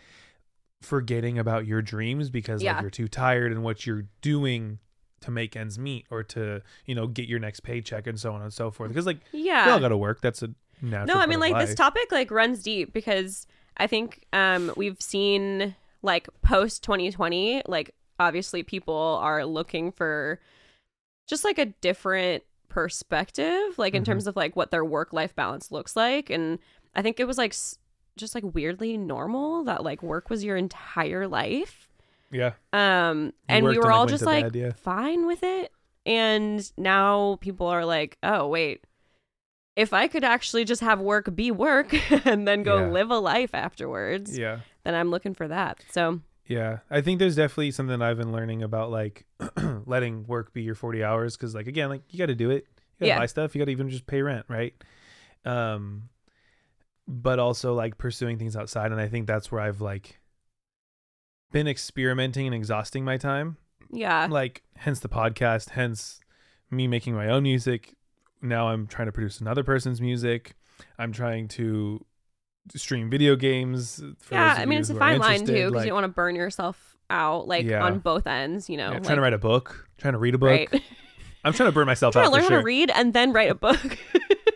A: forgetting about your dreams because
B: Yeah.
A: like you're too tired and what you're doing to make ends meet or to you know get your next paycheck and so on and so forth because like
B: yeah.
A: we all gotta work that's a natural
B: no i
A: part
B: mean
A: of
B: like
A: life.
B: this topic like runs deep because i think um we've seen like post 2020 like obviously people are looking for just like a different perspective like in
A: Mhm.
B: terms of like what their work life balance looks like and i think it was like s- just like weirdly normal that like work was your entire life
A: yeah
B: um and we
A: worked
B: were all
A: went
B: just
A: to
B: like
A: bed, yeah.
B: fine with it. And now people are like, oh, wait, if I could actually just have work be work and then go
A: Yeah.
B: live a life afterwards,
A: Yeah.
B: then I'm looking for that. So,
A: Yeah. I think there's definitely something that I've been learning about like letting work be your 40 hours cuz like again, like you got to do it. You got to
B: Yeah.
A: buy stuff, you got to even just pay rent, right? Um but also like pursuing things outside and I think that's where I've like been experimenting and exhausting my time.
B: yeah.
A: Like hence the podcast, hence me making my own music. Now I'm trying to produce another person's music. I'm trying to stream video games for
B: Yeah.
A: those of
B: I mean,
A: you
B: it's a
A: who are
B: fine line, too,
A: interested,
B: because you
A: like-
B: don't want to burn yourself out, like
A: Yeah.
B: on both ends, you know.
A: Yeah,
B: like,
A: trying to write a book, trying to read a book.
B: Right.
A: I'm trying to burn myself
B: trying
A: out
B: to learn
A: for
B: how
A: sure.
B: to read and then write a book.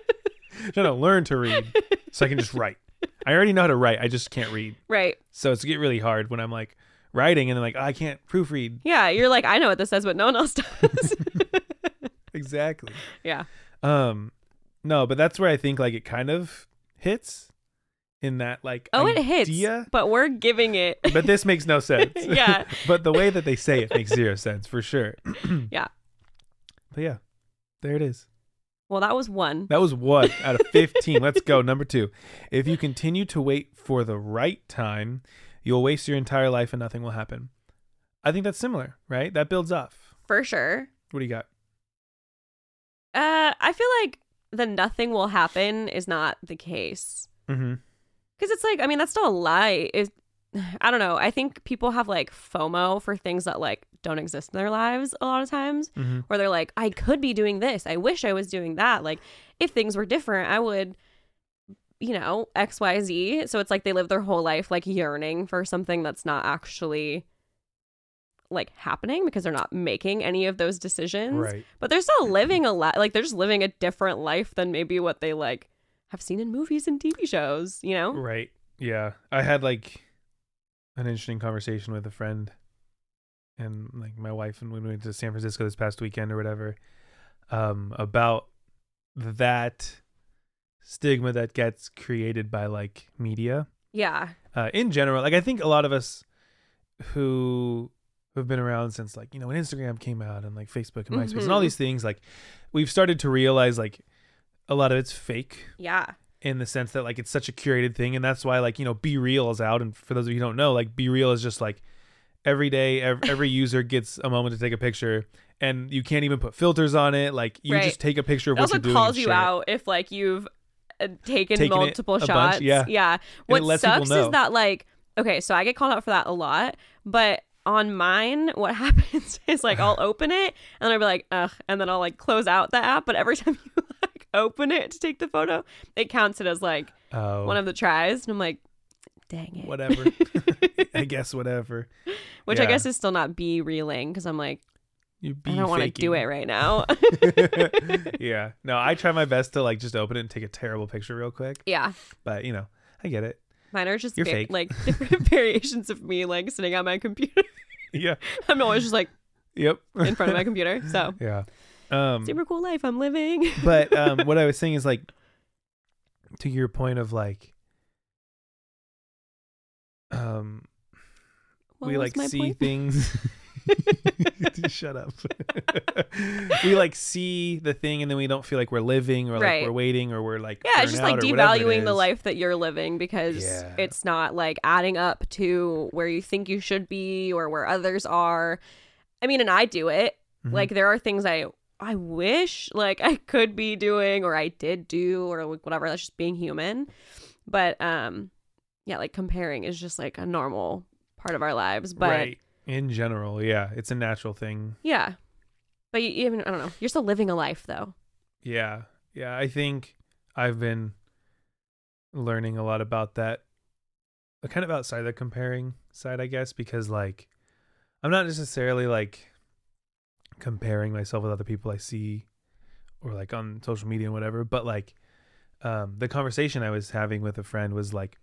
A: trying to learn to read so I can just write. I already know how to write. I just can't read.
B: right.
A: So it's get really hard when I'm like writing and I'm like, "Oh, I can't proofread.
B: Yeah. You're like, I know what this says, but no one else does.
A: Exactly.
B: yeah.
A: Um, no, but that's where I think like it kind of hits in that like
B: Oh, it hits.
A: idea.
B: But we're giving it.
A: But this makes no sense.
B: Yeah.
A: but the way that they say it makes zero sense for sure.
B: Yeah.
A: But yeah, there it is.
B: Well, that was one.
A: That was one out of 15. Let's go. Number two. If you continue to wait for the right time, you'll waste your entire life and nothing will happen. I think that's similar, right? That builds off.
B: For sure.
A: What do you got?
B: Uh, I feel like the nothing will happen is not the case.
A: Mm-hmm.
B: Because it's like, I mean, that's still a lie. Is I don't know. I think people have like FOMO for things that like don't exist in their lives a lot of times.
A: Mm-hmm.
B: Or they're like, I could be doing this. I wish I was doing that. Like, if things were different, I would, you know, X, Y, Z. So it's like they live their whole life like yearning for something that's not actually like happening because they're not making any of those decisions
A: Right.
B: but they're still living a lot like they're just living a different life than maybe what they like have seen in movies and tv shows you know
A: Right. Yeah. I had like an interesting conversation with a friend and like my wife and when we went to San Francisco this past weekend or whatever um about that stigma that gets created by like media
B: yeah
A: uh, in general. Like I think a lot of us who have been around since like you know when Instagram came out and like Facebook and MySpace and all
B: Mhm.
A: these things, like we've started to realize like a lot of it's fake
B: yeah
A: in the sense that like it's such a curated thing, and that's why like you know Be Real is out, and for those of you who don't know, like Be Real is just like every day ev- every user gets a moment to take a picture and you can't even put filters on it like you
B: Right.
A: just take a picture of
B: it
A: what
B: also
A: you're doing
B: calls
A: and
B: you
A: share it.
B: out if like you've uh, taken,
A: Taken it
B: multiple
A: a bunch,
B: shots
A: yeah.
B: yeah what
A: lets people
B: sucks
A: know.
B: is that like okay so i get called out for that a lot but on mine what happens is like i'll open it and i'll be like ugh and then i'll like close out the app but every time you like open it to take the photo it counts it as like
A: oh
B: one of the tries and i'm like dang it
A: whatever i guess whatever
B: which I
A: Yeah.
B: guess is still not be reeling because I'm like
A: you be
B: I don't want to do
A: faking.
B: it right now.
A: yeah. No, I try my best to like just open it and take a terrible picture real quick.
B: yeah,
A: But you know, I get it.
B: mine are just
A: You're
B: va-
A: fake.
B: like different variations of me like sitting on my computer.
A: Yeah.
B: I'm always just like
A: Yep.
B: in front of my computer, so
A: yeah. Um
B: super cool life I'm living.
A: but um what I was saying is like to your point of like um
B: What
A: we
B: was
A: like
B: my
A: see
B: point?
A: things shut up we like see the thing and then we don't feel like we're living or like
B: Right.
A: we're waiting or we're like
B: Yeah, it's
A: burnt
B: just
A: out
B: like
A: or whatever it
B: devaluing the
A: is.
B: life that you're living because
A: Yeah.
B: it's not like adding up to where you think you should be or where others are. I mean, and I do it.
A: Mhm.
B: Like there are things I I wish like I could be doing or I did do or like whatever. That's just being human. But um yeah, like comparing is just like a normal part of our lives. But
A: right in general yeah it's a natural thing
B: yeah. But you, you- I mean, I don't know. You're still living a life though.
A: Yeah. Yeah. I think I've been learning a lot about that, uh, kind of outside the comparing side, I guess, because like I'm not necessarily like comparing myself with other people I see or like on social media and whatever, but like um, the conversation I was having with a friend was like,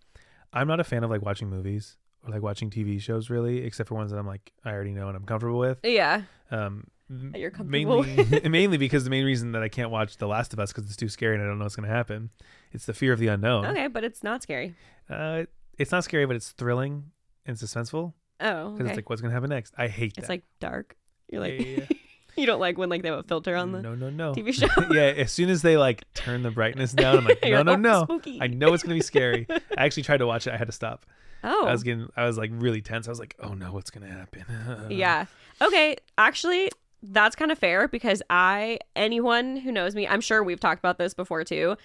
A: I'm not a fan of like watching movies or like watching TV shows really, except for ones that I'm like, I already know and I'm comfortable with.
B: Yeah.
A: Um, m-
B: you're comfortable
A: mainly, mainly because the main reason that I can't watch The Last of Us because it's too scary and I don't know what's going to happen. It's the fear of the unknown.
B: Okay, but it's not scary.
A: Uh, it's not scary, but it's thrilling and suspenseful
B: Oh,
A: because
B: okay.
A: it's like what's going to happen next. I hate
B: It's
A: that.
B: like dark. You're like
A: Yeah, yeah,
B: you don't like when like they have a filter on the
A: no, no, no.
B: TV show.
A: yeah, as soon as they like turn the brightness down, I'm like, no,
B: You're
A: no,
B: like, "Oh,
A: no.
B: spooky."
A: I know it's going to be scary. I actually tried to watch it. I had to stop.
B: Oh,
A: I was getting, I was like really tense. I was like, oh no, what's going to happen?
B: yeah. Okay, actually, that's kind of fair because I anyone who knows me, I'm sure we've talked about this before too.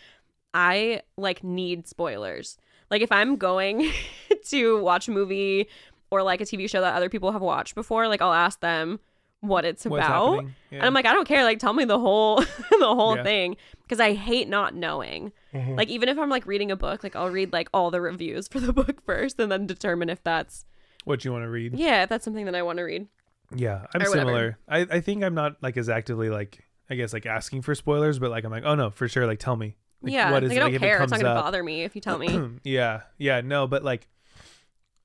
B: I like need spoilers. Like if I'm going to watch a movie or like a TV show that other people have watched before, like I'll ask them what it's
A: What's
B: about.
A: happening? Yeah.
B: And I'm like, I don't care. Like, tell me the whole, the whole
A: Yeah.
B: thing, because I hate not knowing.
A: Mhm.
B: Like, even if I'm like reading a book, like I'll read like all the reviews for the book first, and then determine if that's
A: what you want to read.
B: Yeah, if that's something that I want to read.
A: Yeah, I'm
B: Or whatever.
A: similar. I, I think I'm not like as actively like I guess like asking for spoilers, but like I'm like, oh no, for sure, like tell me. Like,
B: yeah,
A: what is
B: like
A: it?
B: I don't
A: if it
B: care. It's not
A: comes
B: gonna
A: up-
B: bother me if you tell me.
A: yeah, yeah, no, but like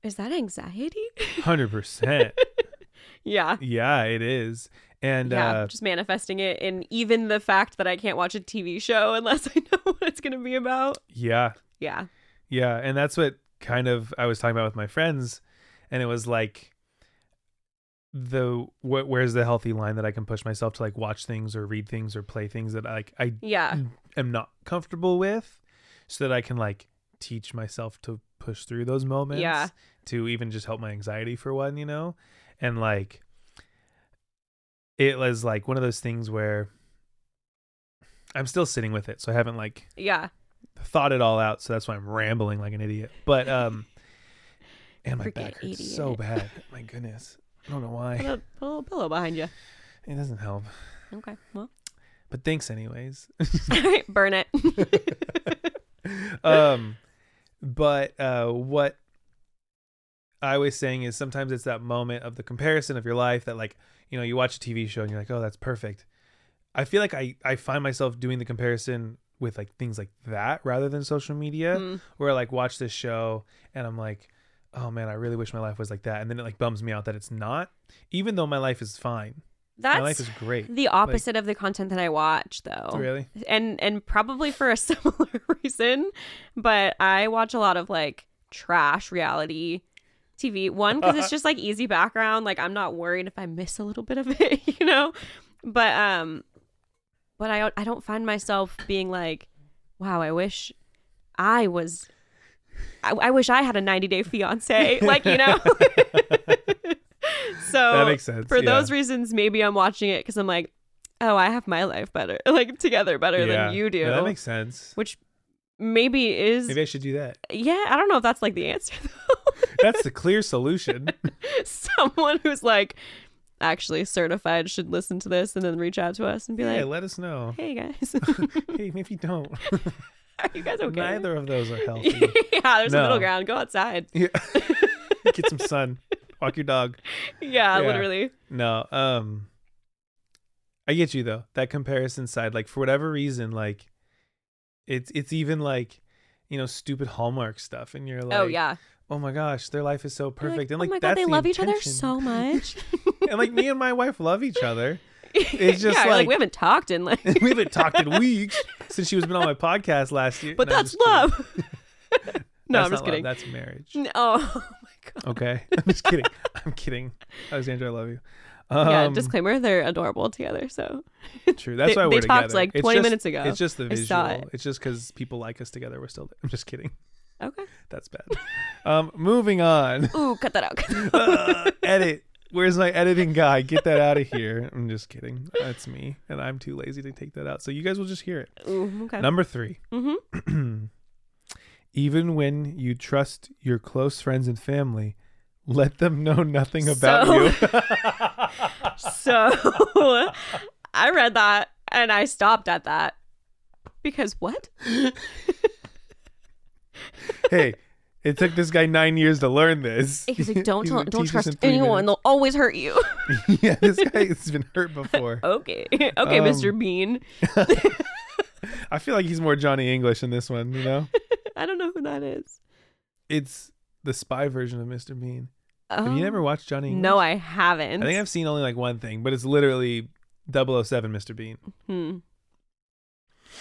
B: is that anxiety?
A: hundred percent.
B: yeah.
A: Yeah, it is. And
B: yeah,
A: uh
B: just manifesting it in even the fact that I can't watch a TV show unless I know what it's going to be about.
A: yeah,
B: Yeah.
A: Yeah, and that's what kind of I was talking about with my friends, and it was like the wh- where's the healthy line that I can push myself to like watch things or read things or play things that like I
B: Yeah.
A: am not comfortable with, so that I can like teach myself to push through those moments.
B: Yeah.
A: To even just help my anxiety for one, you know, and like it was like one of those things where I'm still sitting with it, so I haven't like
B: Yeah.
A: thought it all out, so that's why I'm rambling like an idiot. But um, and my
B: Freaking
A: back hurts so
B: idiot.
A: bad. My goodness, I don't know
B: Put
A: why.
B: a, put a little pillow behind you.
A: It doesn't help.
B: Okay. Well,
A: But thanks anyways.
B: all right. Burn it.
A: um, but uh, what I was saying is sometimes it's that moment of the comparison of your life that like you know you watch a TV show and you're like oh that's perfect. I feel like I I find myself doing the comparison with like things like that rather than social media.
B: Mm.
A: where I like watch this show and I'm like, oh man, I really wish my life was like that. And then it like bums me out that it's not, even though my life is fine. my life
B: That's
A: is great.
B: the opposite of the content that I watch, though.
A: Really?
B: and and probably for a similar reason but i watch a lot of like trash reality tv one because it's just like easy background like i'm not worried if i miss a little bit of it you know but um but i don't- i don't find myself being like wow i wish i was i, I wish i had a 90 day fiance like you know so
A: that makes sense.
B: Oh, for
A: yeah.
B: those reasons maybe i'm watching it because i'm like oh i have my life better like together better
A: Yeah.
B: than you do
A: Yeah, that makes sense.
B: which maybe is
A: Maybe I should do that.
B: yeah i don't know if that's like the answer though
A: That's the clear solution.
B: someone who's like actually certified should listen to this and then reach out to us and be
A: yeah,
B: like
A: let us know.
B: hey guys
A: Hey, maybe don't.
B: are you guys okay
A: Neither of those are
B: yeah
A: healthy.
B: there's a
A: No.
B: middle ground go outside
A: yeah. Get some sun. Walk your dog.
B: yeah,
A: Yeah.
B: literally
A: No, um I get you though. That comparison side like for whatever reason like it's it's even like you know stupid Hallmark stuff and you're like
B: oh yeah
A: oh my gosh, their life is so
B: You're
A: perfect. and
B: oh
A: like
B: my god
A: that's
B: they
A: the
B: love each other
A: intention.
B: so much
A: And like me and my wife love each other. It's just
B: yeah,
A: like-
B: we haven't talked in like
A: we haven't talked in weeks since she was been on my podcast last year.
B: but
A: No, I'm
B: that's
A: just kidding.
B: love no
A: That's
B: i'm
A: not
B: just
A: love,
B: kidding
A: That's marriage.
B: N- Oh my god.
A: Okay. I'm just kidding. I'm kidding. Alexandra, I love you. Um,
B: yeah, disclaimer, they're adorable together. So
A: True. That's
B: They-
A: why
B: they
A: we're
B: talked,
A: together.
B: like,
A: It's
B: 20
A: just-
B: minutes ago.
A: It's just the
B: I
A: visual.
B: saw it.
A: It's just because people like us together. We're still. I'm just kidding.
B: Okay.
A: That's bad. um, moving on.
B: Ooh, cut that out. cut that out.
A: Uh, edit. Where's my editing guy? Get that out of here. I'm just kidding. That's me, and I'm too lazy to take that out. So you guys will just hear it.
B: Ooh, okay.
A: Number three.
B: Mhm.
A: Even when you trust your close friends and family, let them know nothing about
B: So-
A: you.
B: So I read that and I stopped at that. Because what?
A: hey, it took this guy nine years to learn this.
B: He's like, don't
A: He's
B: tell,
A: gonna
B: don't
A: teach us in
B: trust
A: three
B: anyone.
A: minutes.
B: They'll always hurt you.
A: yeah, this guy has been hurt before.
B: okay. Okay,
A: Um,
B: Mr. Bean.
A: I feel like he's more Johnny English in this one, you know?
B: I don't know who that is.
A: It's the spy version of Mr. Bean.
B: Oh.
A: Have you never watched Johnny English?
B: No, I haven't.
A: I think I've seen only like one thing, but it's literally 007 Mr. Bean.
B: Hmm.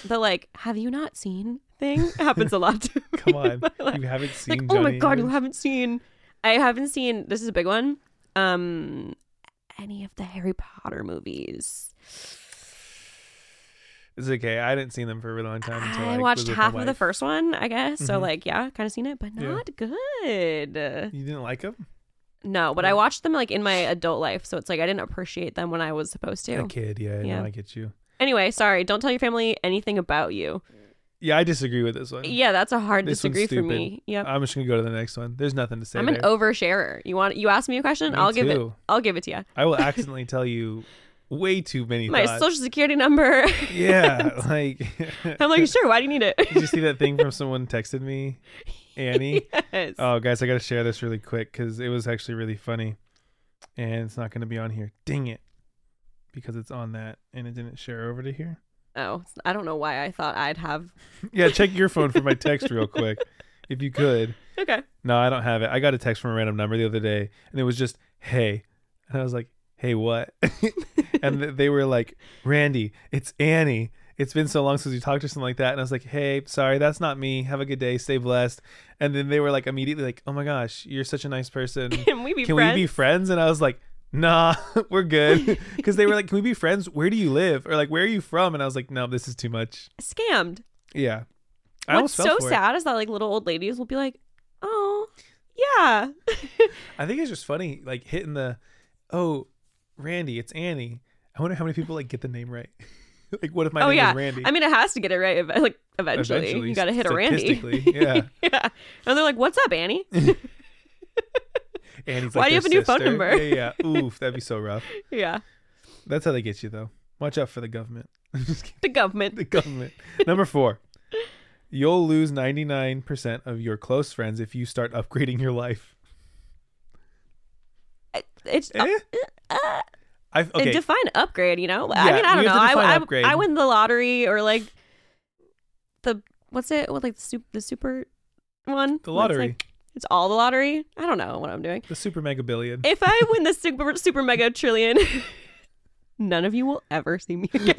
B: The like, have you not seen thing happens a lot to me.
A: Come
B: in
A: on.
B: my life.
A: You haven't seen
B: like,
A: Johnny
B: oh my god, you
A: English?
B: haven't seen. I haven't seen. This is a big one. Um, any of the Harry Potter movies?
A: It's okay. I hadn't seen them for a really long time until
B: I
A: like,
B: watched
A: was with my
B: half of the
A: wife.
B: first one, I guess. So
A: Mhm.
B: like, yeah, kind of seen it, but
A: Yeah.
B: not good.
A: You didn't like them?
B: No, but I
A: Mm.
B: watched them like in my adult life, so it's like I didn't appreciate them when I was supposed to.
A: A kid, yeah. I know,
B: Yeah.
A: I get you.
B: Anyway, sorry. Don't tell your family anything about you.
A: Yeah, I disagree with this one.
B: Yeah, that's a hard
A: This one's
B: disagree for
A: stupid.
B: me. Yep.
A: I'm just gonna go to the next one. There's nothing to say.
B: I'm
A: there.
B: an oversharer. You want you ask me a question,
A: Me
B: I'll give it.
A: too.
B: I'll give it to you.
A: I will accidentally tell you way too many
B: My
A: thoughts.
B: social security number.
A: yeah, like
B: I'm like, sure. Why do you need
A: Did you
B: it?
A: see that thing from someone texted me? Annie.
B: Yes.
A: Oh, guys, I got to share this really quick because it was actually really funny. And it's not going to be on here. Dang it. Because it's on that and it didn't share over to here.
B: oh, I don't know why I thought I'd have.
A: Yeah, check your phone for my text real quick if you could.
B: Okay.
A: No, I don't have it. I got a text from a random number the other day and it was just, hey. And I was like, hey, what? and th- they were like, Randy, it's Annie. It's been so long since you talked or something like that. And I was like, hey, sorry, that's not me. Have a good day. Stay blessed. And then they were like, immediately like, oh my gosh, you're such a nice person.
B: Can we be
A: can
B: friends?
A: we be friends? And I was like, nah, we're good. Because they were like, can we be friends? Where do you live? Or like, where are you from? And I was like, no, this is too much.
B: Scammed.
A: Yeah. I almost
B: What's
A: fell
B: so
A: for it.
B: sad is that like little old ladies will be like, oh, yeah.
A: I think it's just funny, like hitting the, oh, Randy, it's Annie. I wonder how many people like get the name right. like, what if my
B: Oh,
A: name
B: yeah.
A: is Randy?
B: I mean, it has to get it right. ev- Like eventually,
A: Eventually,
B: you got to hit a Randy.
A: statistically, yeah.
B: yeah. And they're like, "What's up, Annie?"
A: Annie's
B: Why
A: like
B: do
A: their
B: you have a new phone
A: sister.
B: number?
A: Yeah, yeah. Oof, that'd be so rough.
B: yeah.
A: That's how they get you though. Watch out for the government. Just kidding.
B: The government.
A: the government. Number four. You'll lose 99% of your close friends if you start upgrading your life.
B: It's
A: Eh?
B: uh,
A: I've, okay.
B: It define upgrade, you know?
A: Yeah,
B: I mean, I
A: you
B: don't know.
A: have to
B: I,
A: define
B: I,
A: upgrade.
B: I win the lottery or like the what's it? What like the super, the super one?
A: the
B: Where it's,
A: lottery.
B: like, it's all the lottery. I don't know what I'm doing.
A: the super mega billion.
B: If I win the super super mega trillion, none of you will ever see me again.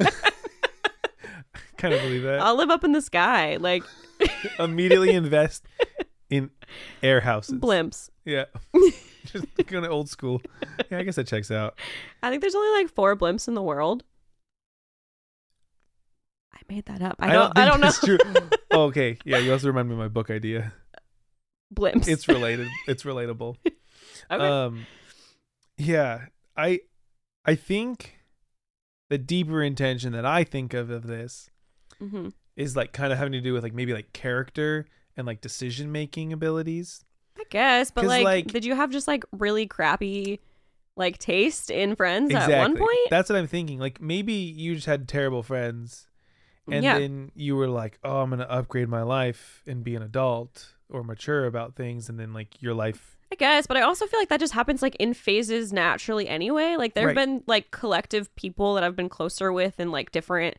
A: kind of believe that.
B: I'll live up in the sky like
A: Immediately invest in air houses.
B: blimps.
A: Yeah. Just kind of old school. Yeah, I guess that checks out.
B: I think there's only like four blimps in the world. I made that up. I don't. I
A: think
B: don't, know.
A: that's True. Oh, okay. Yeah, you also remind me of my book idea.
B: Blimps.
A: It's related. It's relatable.
B: okay.
A: Um yeah, I I think the deeper intention that I think of of this
B: hmm
A: is like kind of having to do with like maybe like character and like decision making abilities.
B: I guess, but
A: 'Cause,
B: like,
A: like-
B: did you have just like really crappy like taste in friends
A: exactly.
B: at one point?
A: That's what I'm thinking. Like maybe you just had terrible friends and
B: yeah.
A: then you were like, "Oh, I'm going to upgrade my life and be an adult or mature about things." And then like your life
B: I guess, but I also feel like that just happens like in phases naturally anyway. Like there've
A: Right.
B: been like collective people that I've been closer with in like different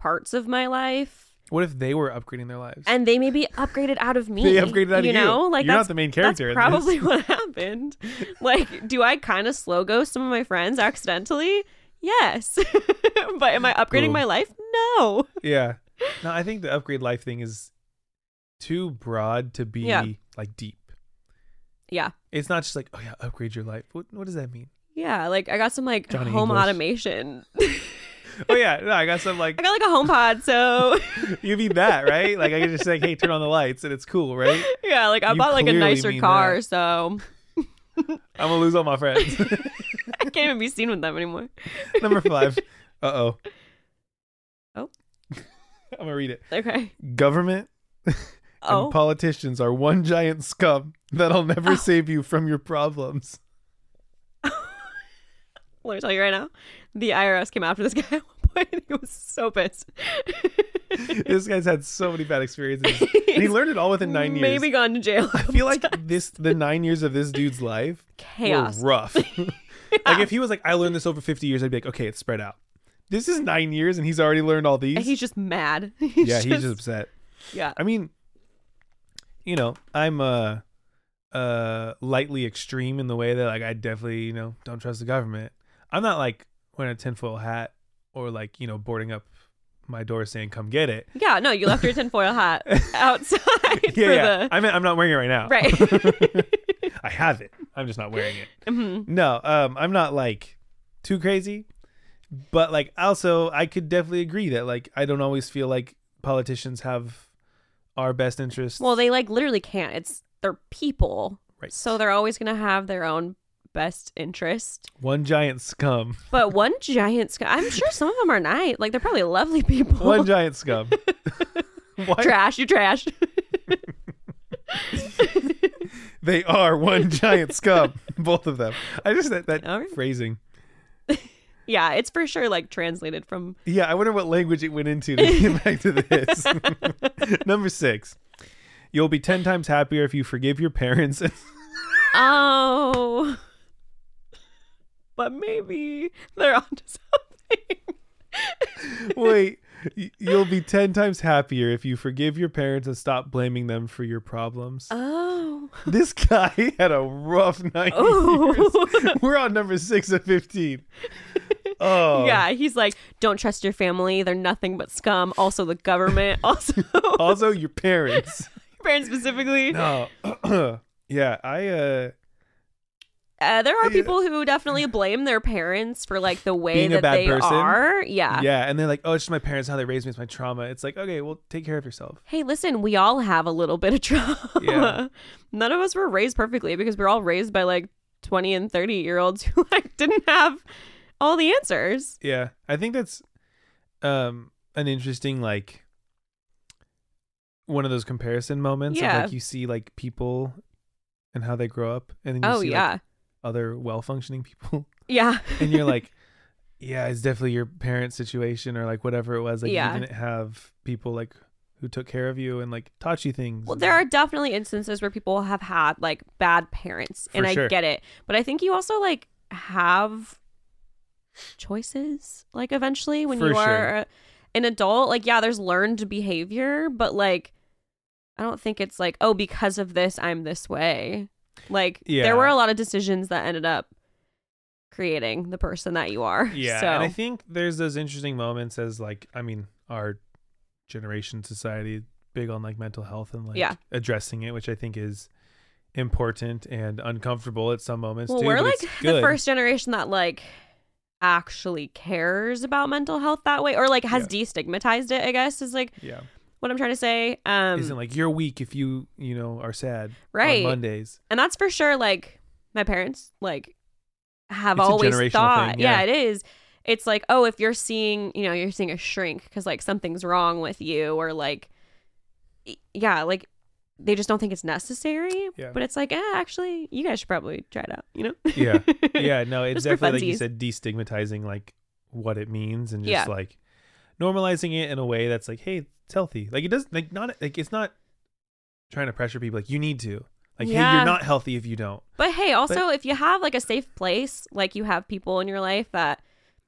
B: parts of my life.
A: what if they were upgrading their lives?
B: And they maybe upgraded out of me.
A: they upgraded out of
B: you know?
A: you.
B: Like
A: You're
B: that's
A: not the main character.
B: That's
A: in this.
B: probably what happened. Like, do I kind of slow ghost some of my friends accidentally? Yes. but am I upgrading
A: Ooh.
B: my life? No.
A: Yeah. No, I think the upgrade life thing is too broad to be
B: Yeah.
A: like deep.
B: Yeah.
A: It's not just like, oh yeah, upgrade your life. What what does that mean?
B: Yeah, like I got some like
A: Johnny
B: home
A: English.
B: automation.
A: oh yeah, no, I got some like
B: I got like a home pod, so
A: you mean that, right? Like I can just say, hey, turn on the lights and it's cool, right?
B: yeah, like I
A: You
B: bought like a
A: clearly
B: nicer
A: mean
B: car, so
A: I'm gonna lose all my friends.
B: I can't even be seen with them anymore.
A: Number five. Uh oh.
B: Oh.
A: I'm gonna read it.
B: Okay.
A: Government
B: Oh,
A: and politicians are one giant scum that'll never
B: Oh.
A: save you from your problems.
B: let me tell you right now, the IRS came after this guy at one point. He was so pissed.
A: this guy's had so many bad experiences. And he
B: He's
A: learned it all within nine years.
B: Maybe gone to jail.
A: I feel like this the nine years of this dude's life
B: chaos.
A: were rough. like if he was like, I learned this over fifty years, I'd be like, okay, it's spread out. This is nine years, and he's already learned all these.
B: And he's just mad.
A: yeah, he's just upset.
B: yeah.
A: I mean, you know, I'm uh uh lightly extreme in the way that like I definitely you know don't trust the government. I'm not like wearing a tinfoil hat or like you know boarding up my door saying come get it.
B: Yeah, no, you left your tinfoil hat outside for
A: Yeah, yeah.
B: the
A: I mean, I'm not wearing it right now.
B: Right.
A: I have it. I'm just not wearing it.
B: Mhm.
A: No, um, I'm not like too crazy, but like also I could definitely agree that like I don't always feel like politicians have our best interests.
B: Well, they like literally can't. It's they're people.
A: right.
B: So they're always going to have their own best interest.
A: one giant scum,
B: But one giant scum, I'm sure some of them are nice. Like they're probably lovely people.
A: one giant scum. Why
B: trash, you trash.
A: they are one giant scum, both of them. I just that, that
B: All right.
A: phrasing.
B: yeah, it's for sure like translated from
A: Yeah, I wonder what language it went into to get back to this. Number six. You'll be 10 times happier if you forgive your parents.
B: Oh. But maybe they're onto something.
A: Wait, y- you'll be 10 times happier if you forgive your parents and stop blaming them for your problems.
B: Oh.
A: this guy had a rough night.
B: Oh.
A: We're on number 6 of 15. Oh.
B: Yeah, he's like, don't trust your family. They're nothing but scum. Also, the government. Also, your
A: Also your parents.
B: parents specifically.
A: No. yeah, I uh
B: Uh, there are
A: Yeah.
B: people who definitely blame their parents for like the way
A: Being a
B: that
A: bad
B: they
A: person?
B: are. Yeah.
A: yeah, and they're like, "Oh, it's just my parents how they raised me, it's my trauma." It's like, "Okay, well, take care of yourself."
B: Hey, listen, we all have a little bit of trauma.
A: Yeah.
B: None of us were raised perfectly because we we're all raised by like 20 and 30 year olds who like didn't have all the answers.
A: Yeah. I think that's um an interesting like one of those comparison moments
B: Yeah.
A: of like you see like people and how they grow up and then you
B: oh,
A: see
B: yeah.
A: like other well functioning people
B: yeah.
A: and you're like yeah, it's definitely your parent situation or like whatever it was like
B: Yeah.
A: you didn't have people like who took care of you and like taught you things.
B: Well,
A: and-
B: there are definitely instances where people have had like bad parents, and
A: For
B: I
A: sure.
B: get it. But I think you also like have choices, like eventually when
A: For
B: you
A: sure.
B: are an adult. Like, yeah, there's learned behavior, but like, I don't think it's like, oh, because of this, I'm this way. Like,
A: Yeah.
B: there were a lot of decisions that ended up creating the person that you are.
A: Yeah,
B: So,
A: and I think there's those interesting moments as like I mean our generation society big on like mental health and like
B: Yeah.
A: addressing it, which I think is important and uncomfortable at some moments
B: well,
A: too.
B: we're
A: but
B: like
A: it's
B: the
A: good.
B: first generation that like actually cares about mental health that way, or like has destigmatized it. I guess is like
A: yeah.
B: what I'm trying to say. Um,
A: Isn't like you're weak if you you know are sad
B: Right.
A: on Mondays.
B: and that's for sure. Like my parents, like have
A: It's a
B: always
A: generational
B: thought.
A: thing, yeah.
B: yeah. it is. It's like oh, if you're seeing, you know, you're seeing a shrink because like something's wrong with you, or like, y- yeah, like they just don't think it's necessary.
A: Yeah.
B: But it's like, eh, actually, you guys should probably try it out. You know?
A: Yeah. Yeah, no, it's
B: Just for
A: definitely like you
B: funsies.
A: said, destigmatizing like what it means and just
B: Yeah.
A: like normalizing it in a way that's like, hey, it's healthy. Like it doesn't like not like it's not trying to pressure people like you need to. Like, hey,
B: Yeah.
A: you're not healthy if you don't.
B: But hey, also if you have like a safe place, like you have people in your life that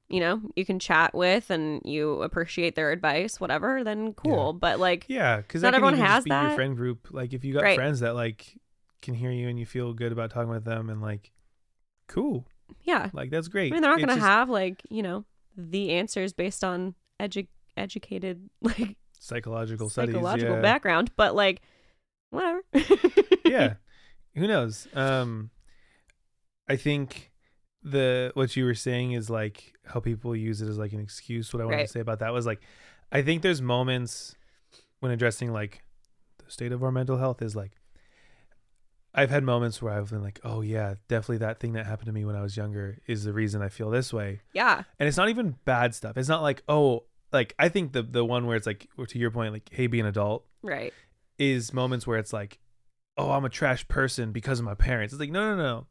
B: you know you can chat with and you appreciate their advice, whatever, then cool. But like,
A: Yeah, because
B: Not
A: that can
B: everyone
A: even
B: has
A: just be
B: that.
A: your friend group. Like if you got
B: Right.
A: friends that like can hear you and you feel good about talking with them and like, cool,
B: yeah,
A: like that's great.
B: I mean they're not
A: It's
B: gonna
A: just
B: have like you know the answers based on edu- educated like
A: psychological studies.
B: psychological
A: yeah.
B: background, but like whatever.
A: yeah, who knows? Um, I think the what you were saying is like how people use it as like an excuse. What I wanted
B: Right.
A: to say about that was like, I think there's moments when addressing like the state of our mental health is like. I've had moments where I've been like, oh, yeah, definitely that thing that happened to me when I was younger is the reason I feel this way.
B: yeah,
A: and it's not even bad stuff. It's not like oh, like I think the the one where it's like or to your point, like hey, be an adult
B: right.
A: is moments where it's like oh, I'm a trash person because of my parents. It's like no, no, no,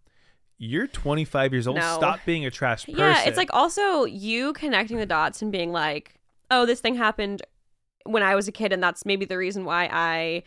A: you're 25 years old.
B: No.
A: Stop being a trash person.
B: Yeah, it's like also you connecting the dots and being like, oh, this thing happened when I was a kid, and that's maybe the reason why I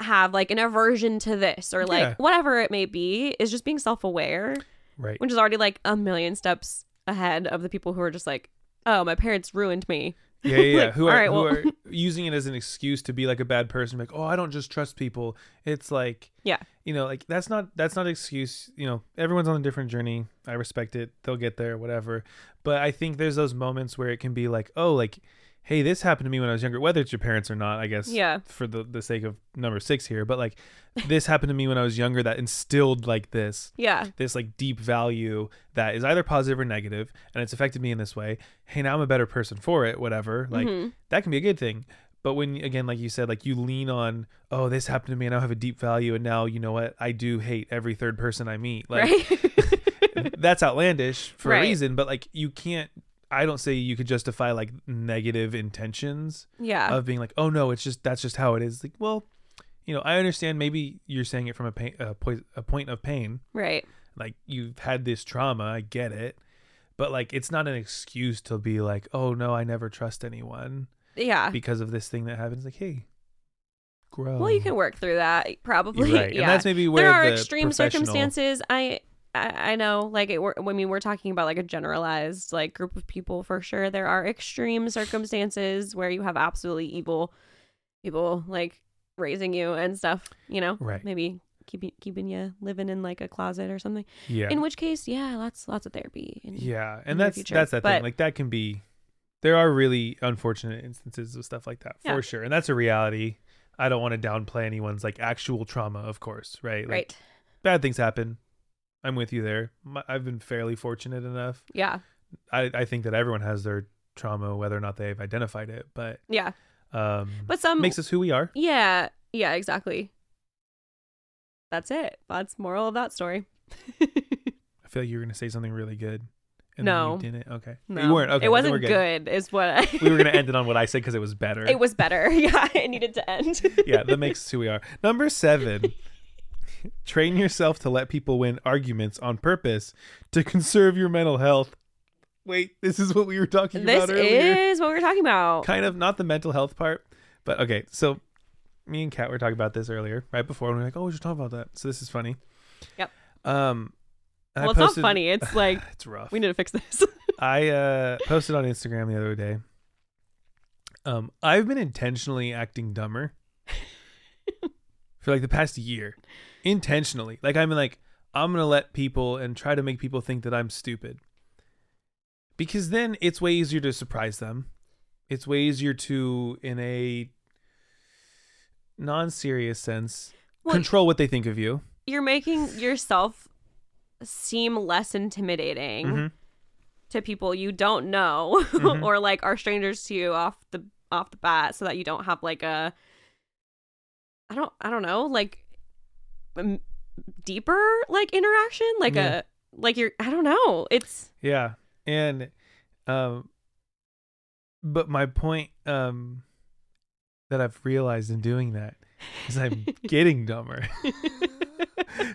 B: have like an aversion to this or like
A: Yeah.
B: whatever it may be is just being self aware,
A: right.
B: which is already like a million steps ahead of the people who are just like, oh, my parents ruined me.
A: Yeah, yeah. yeah.
B: like,
A: who are
B: all right,
A: who
B: well-
A: are using it as an excuse to be like a bad person? Like oh, I don't just trust people. It's like
B: Yeah.
A: you know, like that's not that's not an excuse. You know, everyone's on a different journey. I respect it. They'll get there, whatever. But I think there's those moments where it can be like, oh, like, hey, this happened to me when I was younger, whether it's your parents or not, I guess.
B: Yeah.
A: For the the sake of number six here, but like, this happened to me when I was younger that instilled like this
B: Yeah,
A: this like deep value that is either positive or negative and it's affected me in this way hey now i'm a better person for it whatever like
B: Mhm.
A: that can be a good thing but when again like you said like you lean on oh this happened to me and i have a deep value and now you know what i do hate every third person i meet like
B: right.
A: that's outlandish for
B: Right.
A: a reason but like you can't i don't say you could justify like negative intentions
B: yeah,
A: of being like, oh no, it's just that's just how it is. Like, well, you know, I understand. Maybe you're saying it from a pain, a, poi- a point of pain.
B: right.
A: Like you've had this trauma. I get it, but like it's not an excuse to be like, oh no, I never trust anyone
B: Yeah,
A: because of this thing that happens. Like, hey, grow.
B: Ah. Well, you can work through that probably.
A: Oh. You're right.
B: Yeah.
A: And that's maybe where
B: there are
A: the
B: extreme
A: professional-
B: circumstances. I, I I know, like it. were- I mean, we're talking about like a generalized like group of people for sure. There are extreme circumstances where you have absolutely evil people like raising you and stuff. You know,
A: Right.
B: Maybe keeping keeping you living in like a closet or something.
A: Yeah.
B: In which case, yeah, lots lots of therapy. And,
A: yeah.
B: in
A: And
B: the
A: that's
B: future,
A: that's that thing.
B: but-
A: Like that can be there are really unfortunate instances of stuff like that for
B: Yeah.
A: sure. And that's a reality. I don't want to downplay anyone's like actual trauma, of course, right? Like
B: Right.
A: bad things happen. I'm with you there. My, I've been fairly fortunate enough.
B: Yeah.
A: I, I think that everyone has their trauma, whether or not they've identified it, but
B: Yeah.
A: um,
B: But some
A: makes us who we are.
B: Yeah, yeah, exactly. That's it. That's moral of that story.
A: I feel like you were gonna say something really good. And
B: No.
A: then you didn't. Okay,
B: No,
A: you weren't. Okay,
B: it
A: then we're
B: wasn't good. Is what I,
A: we were gonna end it on what I said because it was better.
B: it was better. Yeah, it needed to end.
A: yeah, that makes us who we are. Number seven. Train yourself to let people win arguments on purpose to conserve your mental health. Wait, this is what we were talking
B: this
A: about earlier.
B: is what we we're talking about.
A: kind of not the mental health part, but okay. So me and Kat were talking about this earlier, right before, and we were like, "Oh, we should talk about that." So this is funny.
B: Yep.
A: Um. and I
B: Well, it's not
A: posted-
B: funny. It's like
A: It's rough.
B: we need to fix this.
A: I uh, posted on Instagram the other day. Um, I've been intentionally acting dumber for like the past year, intentionally. Like I'm like I'm gonna let people and try to make people think that I'm stupid, because then it's way easier to surprise them. It's way easier to, in a non-serious sense,
B: Well,
A: control what they think of you.
B: You're making yourself seem less intimidating
A: Mhm.
B: to people you don't know
A: Mhm.
B: or like are strangers to you off the off the bat so that you don't have like a I don't I don't know like m- deeper like interaction like
A: Yeah.
B: a like you're I don't know it's
A: Yeah. And um but my point um that I've realized in doing that is I'm getting dumber.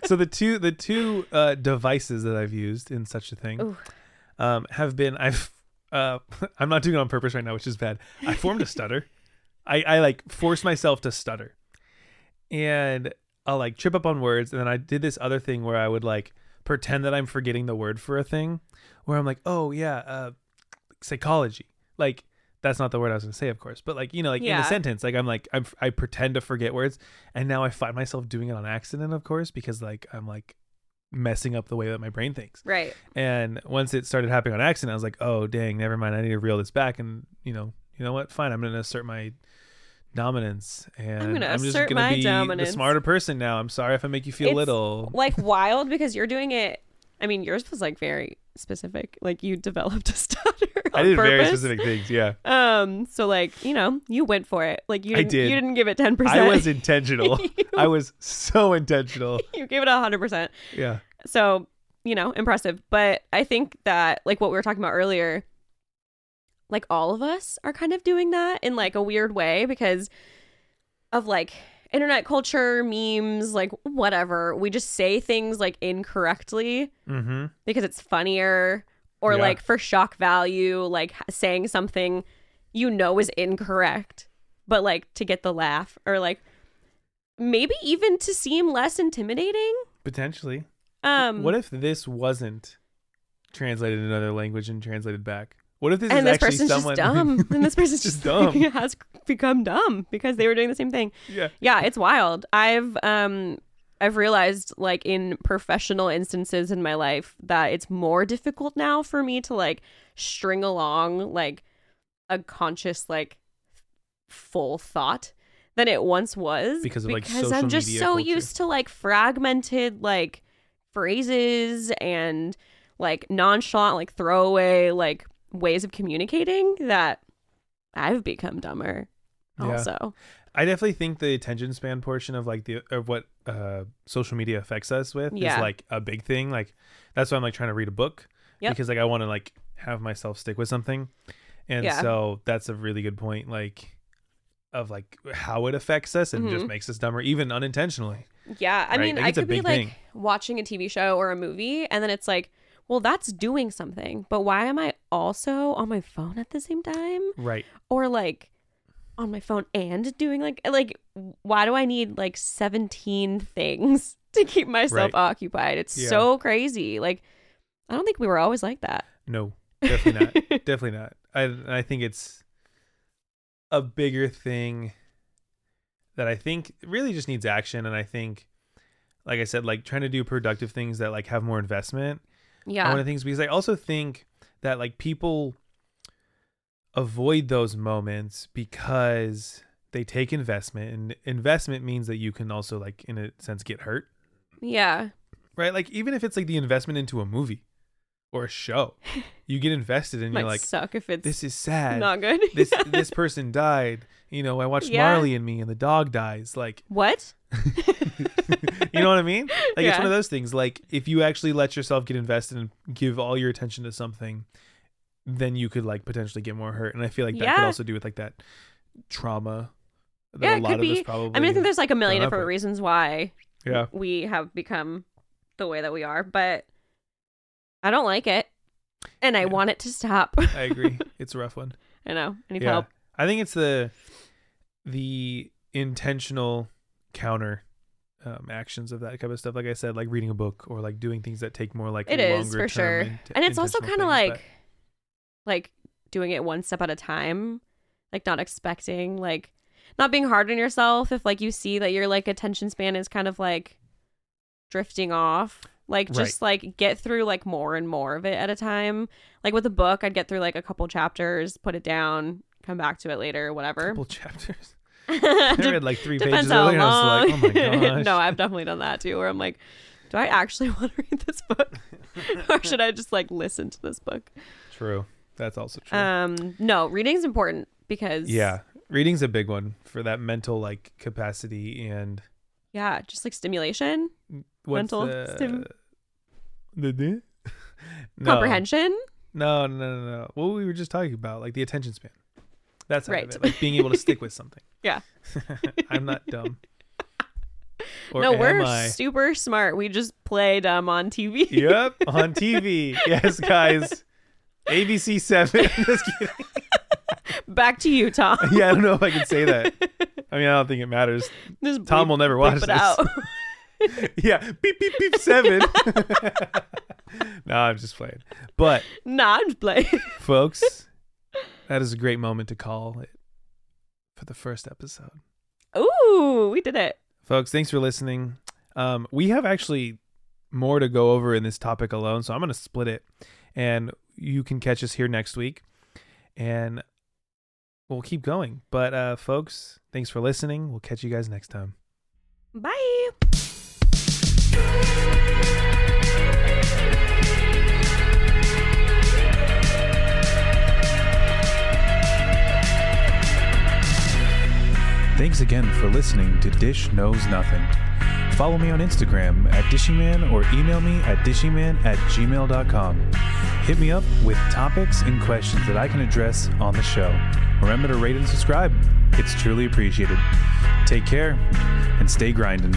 A: so the two the two uh devices that I've used in such a thing
B: Ooh.
A: um have been I've uh I'm not doing it on purpose right now, which is bad. I formed a stutter. I I like forced myself to stutter. And I'll like trip up on words and then I did this other thing where I would like pretend that I'm forgetting the word for a thing where I'm like, "Oh yeah, uh psychology." Like that's not the word I was going to say, of course, but like, you know, like in
B: Yeah.
A: a sentence, like I'm like I'm, I pretend to forget words and now I find myself doing it on accident, of course, because like I'm like messing up the way that my brain thinks.
B: right
A: And once it started happening on accident, I was like, "Oh, dang, never mind. I need to reel this back." And you know, you know what? Fine, I'm going to assert my dominance, and I'm,
B: gonna
A: just
B: assert
A: going to
B: my
A: be
B: dominance.
A: the smarter person now. I'm sorry if I make you feel
B: It's-
A: little.
B: like wild because you're doing it I mean yours was like very specific like you developed a stutter
A: I
B: on
A: did
B: purpose.
A: very specific things. Yeah,
B: um so like you know you went for it like you
A: I
B: didn't,
A: did.
B: you didn't give it 10%
A: I was intentional. I was so intentional.
B: you gave it 100%
A: Yeah,
B: So, you know, impressive. But I think that, like, what we were talking about earlier, like, all of us are kind of doing that in, like, a weird way because of, like, internet culture, memes, like, whatever. We just say things, like, incorrectly
A: mm-hmm.
B: because it's funnier or,
A: Yeah.
B: like, for shock value, like, h- saying something you know is incorrect, but, like, to get the laugh or, like, maybe even to seem less intimidating.
A: potentially.
B: Um,
A: what if this wasn't translated in another language and translated back? What if this
B: and
A: is
B: this
A: actually
B: person's
A: someone?
B: just dumb. and this person's
A: Just
B: just,
A: dumb.
B: has become dumb because they were doing the same thing.
A: yeah,
B: Yeah, it's wild. I've um I've realized like in professional instances in my life that it's more difficult now for me to like string along like a conscious like full thought than it once was
A: Because of, like,
B: because
A: social
B: I'm just
A: media
B: so
A: culture.
B: used to like fragmented like phrases and like nonchalant like throwaway like ways of communicating that I've become dumber
A: Yeah.
B: also.
A: I definitely think the attention span portion of like the of what uh social media affects us with is
B: Yeah.
A: like a big thing. Like that's why I'm like trying to read a book
B: Yep.
A: because like I want to like have myself stick with something. And
B: Yeah.
A: so that's a really good point like of like how it affects us and just
B: Mhm.
A: makes us dumber even unintentionally.
B: Yeah, I
A: right?
B: mean,
A: Like,
B: I
A: it's a
B: could be
A: big
B: like
A: thing.
B: watching a TV show or a movie, and then it's like, well, that's doing something, but why am I also on my phone at the same time?
A: Right.
B: Or like, on my phone and doing like like why do I need like 17 things to keep myself
A: Right.
B: occupied? It's
A: Yeah.
B: so crazy. Like I don't think we were always like that.
A: No, definitely not. definitely not. I I think it's a bigger thing that I think really just needs action, and I think, like I said, like trying to do productive things that like have more investment are one
B: yeah.
A: of the things because I also think that like people avoid those moments because they take investment, and investment means that you can also like in a sense get hurt,
B: Yeah.
A: right? Like even if it's like the investment into a movie or a show, you get invested, and
B: Might
A: you're like
B: suck if it's
A: this is sad.
B: not good.
A: this this person died. You know, I watched
B: Yeah.
A: Marley and Me, and the dog dies. Like,
B: what?
A: you know what I mean? Like, it's
B: Yeah.
A: one of those things. Like, if you actually let yourself get invested and give all your attention to something, then you could like potentially get more hurt. And I feel like that could
B: Yeah.
A: also do with like that trauma. That
B: Yeah,
A: a
B: it
A: lot
B: could
A: of us
B: be.
A: probably.
B: I mean, I think there's like a million
A: grown up
B: different
A: with.
B: reasons why
A: yeah,
B: we have become the way that we are, but I don't like it. And I
A: Yeah.
B: want it to stop.
A: I agree. It's a rough one.
B: I know. I need
A: yeah,
B: help.
A: I think it's the the intentional counter um, actions of that kind of stuff. Like I said, like reading a book or like doing things that take more like
B: It is
A: longer
B: for sure.
A: term int-
B: and it's also kind
A: intentional
B: of
A: things,
B: like like doing it one step at a time, like not expecting like not being hard on yourself if like you see that your like attention span is kind of like drifting off. Like
A: Right.
B: just like get through like more and more of it at a time. Like with a book, I'd get through like a couple chapters, put it down, come back to it later,
A: but
B: whatever.
A: couple chapters. I
B: Dep-
A: read like three
B: Depends
A: pages
B: how
A: earlier. And I
B: long.
A: was like, oh my gosh.
B: no, I've definitely done that too, where I'm like, do I actually want to read this book, or should I just like listen to this book?
A: true. That's also true.
B: Um, no, reading's important because
A: yeah, reading's a big one for that mental like capacity and
B: yeah, just like stimulation,
A: what's
B: Mental
A: the
B: stim-
A: the the- no.
B: comprehension.
A: No, no, no, no. What we were just talking about, like the attention span. That's right.
B: Right.
A: Of it. Like being able to stick with something.
B: Yeah.
A: I'm not dumb. Or
B: no,
A: am
B: we're
A: I?
B: super smart. We just play dumb on TV.
A: yep, on TV. Yes, guys. ABC Seven. Just kidding.
B: Back to you, Tom.
A: Yeah, I don't know if I can say that. I mean, I don't think it matters.
B: Just
A: Tom
B: bleep-
A: will never watch
B: bleep it
A: this.
B: out.
A: yeah, beep beep beep seven. no, I'm just playing. But
B: nah, I'm just playing.
A: folks, that is a great moment to call it for the first episode.
B: Ooh, we did it.
A: folks thanks for listening um, we have actually more to go over in this topic alone so i'm going to split it and you can catch us here next week and we'll keep going but uh, folks thanks for listening we'll catch you guys next time
B: Bye.
A: Thanks again for listening to Dish Knows Nothing. Follow me on Instagram at DishyMan or email me at DishyMan at gmail.com. Hit me up with topics and questions that I can address on the show. Remember to rate and subscribe, it's truly appreciated. Take care and stay grinding.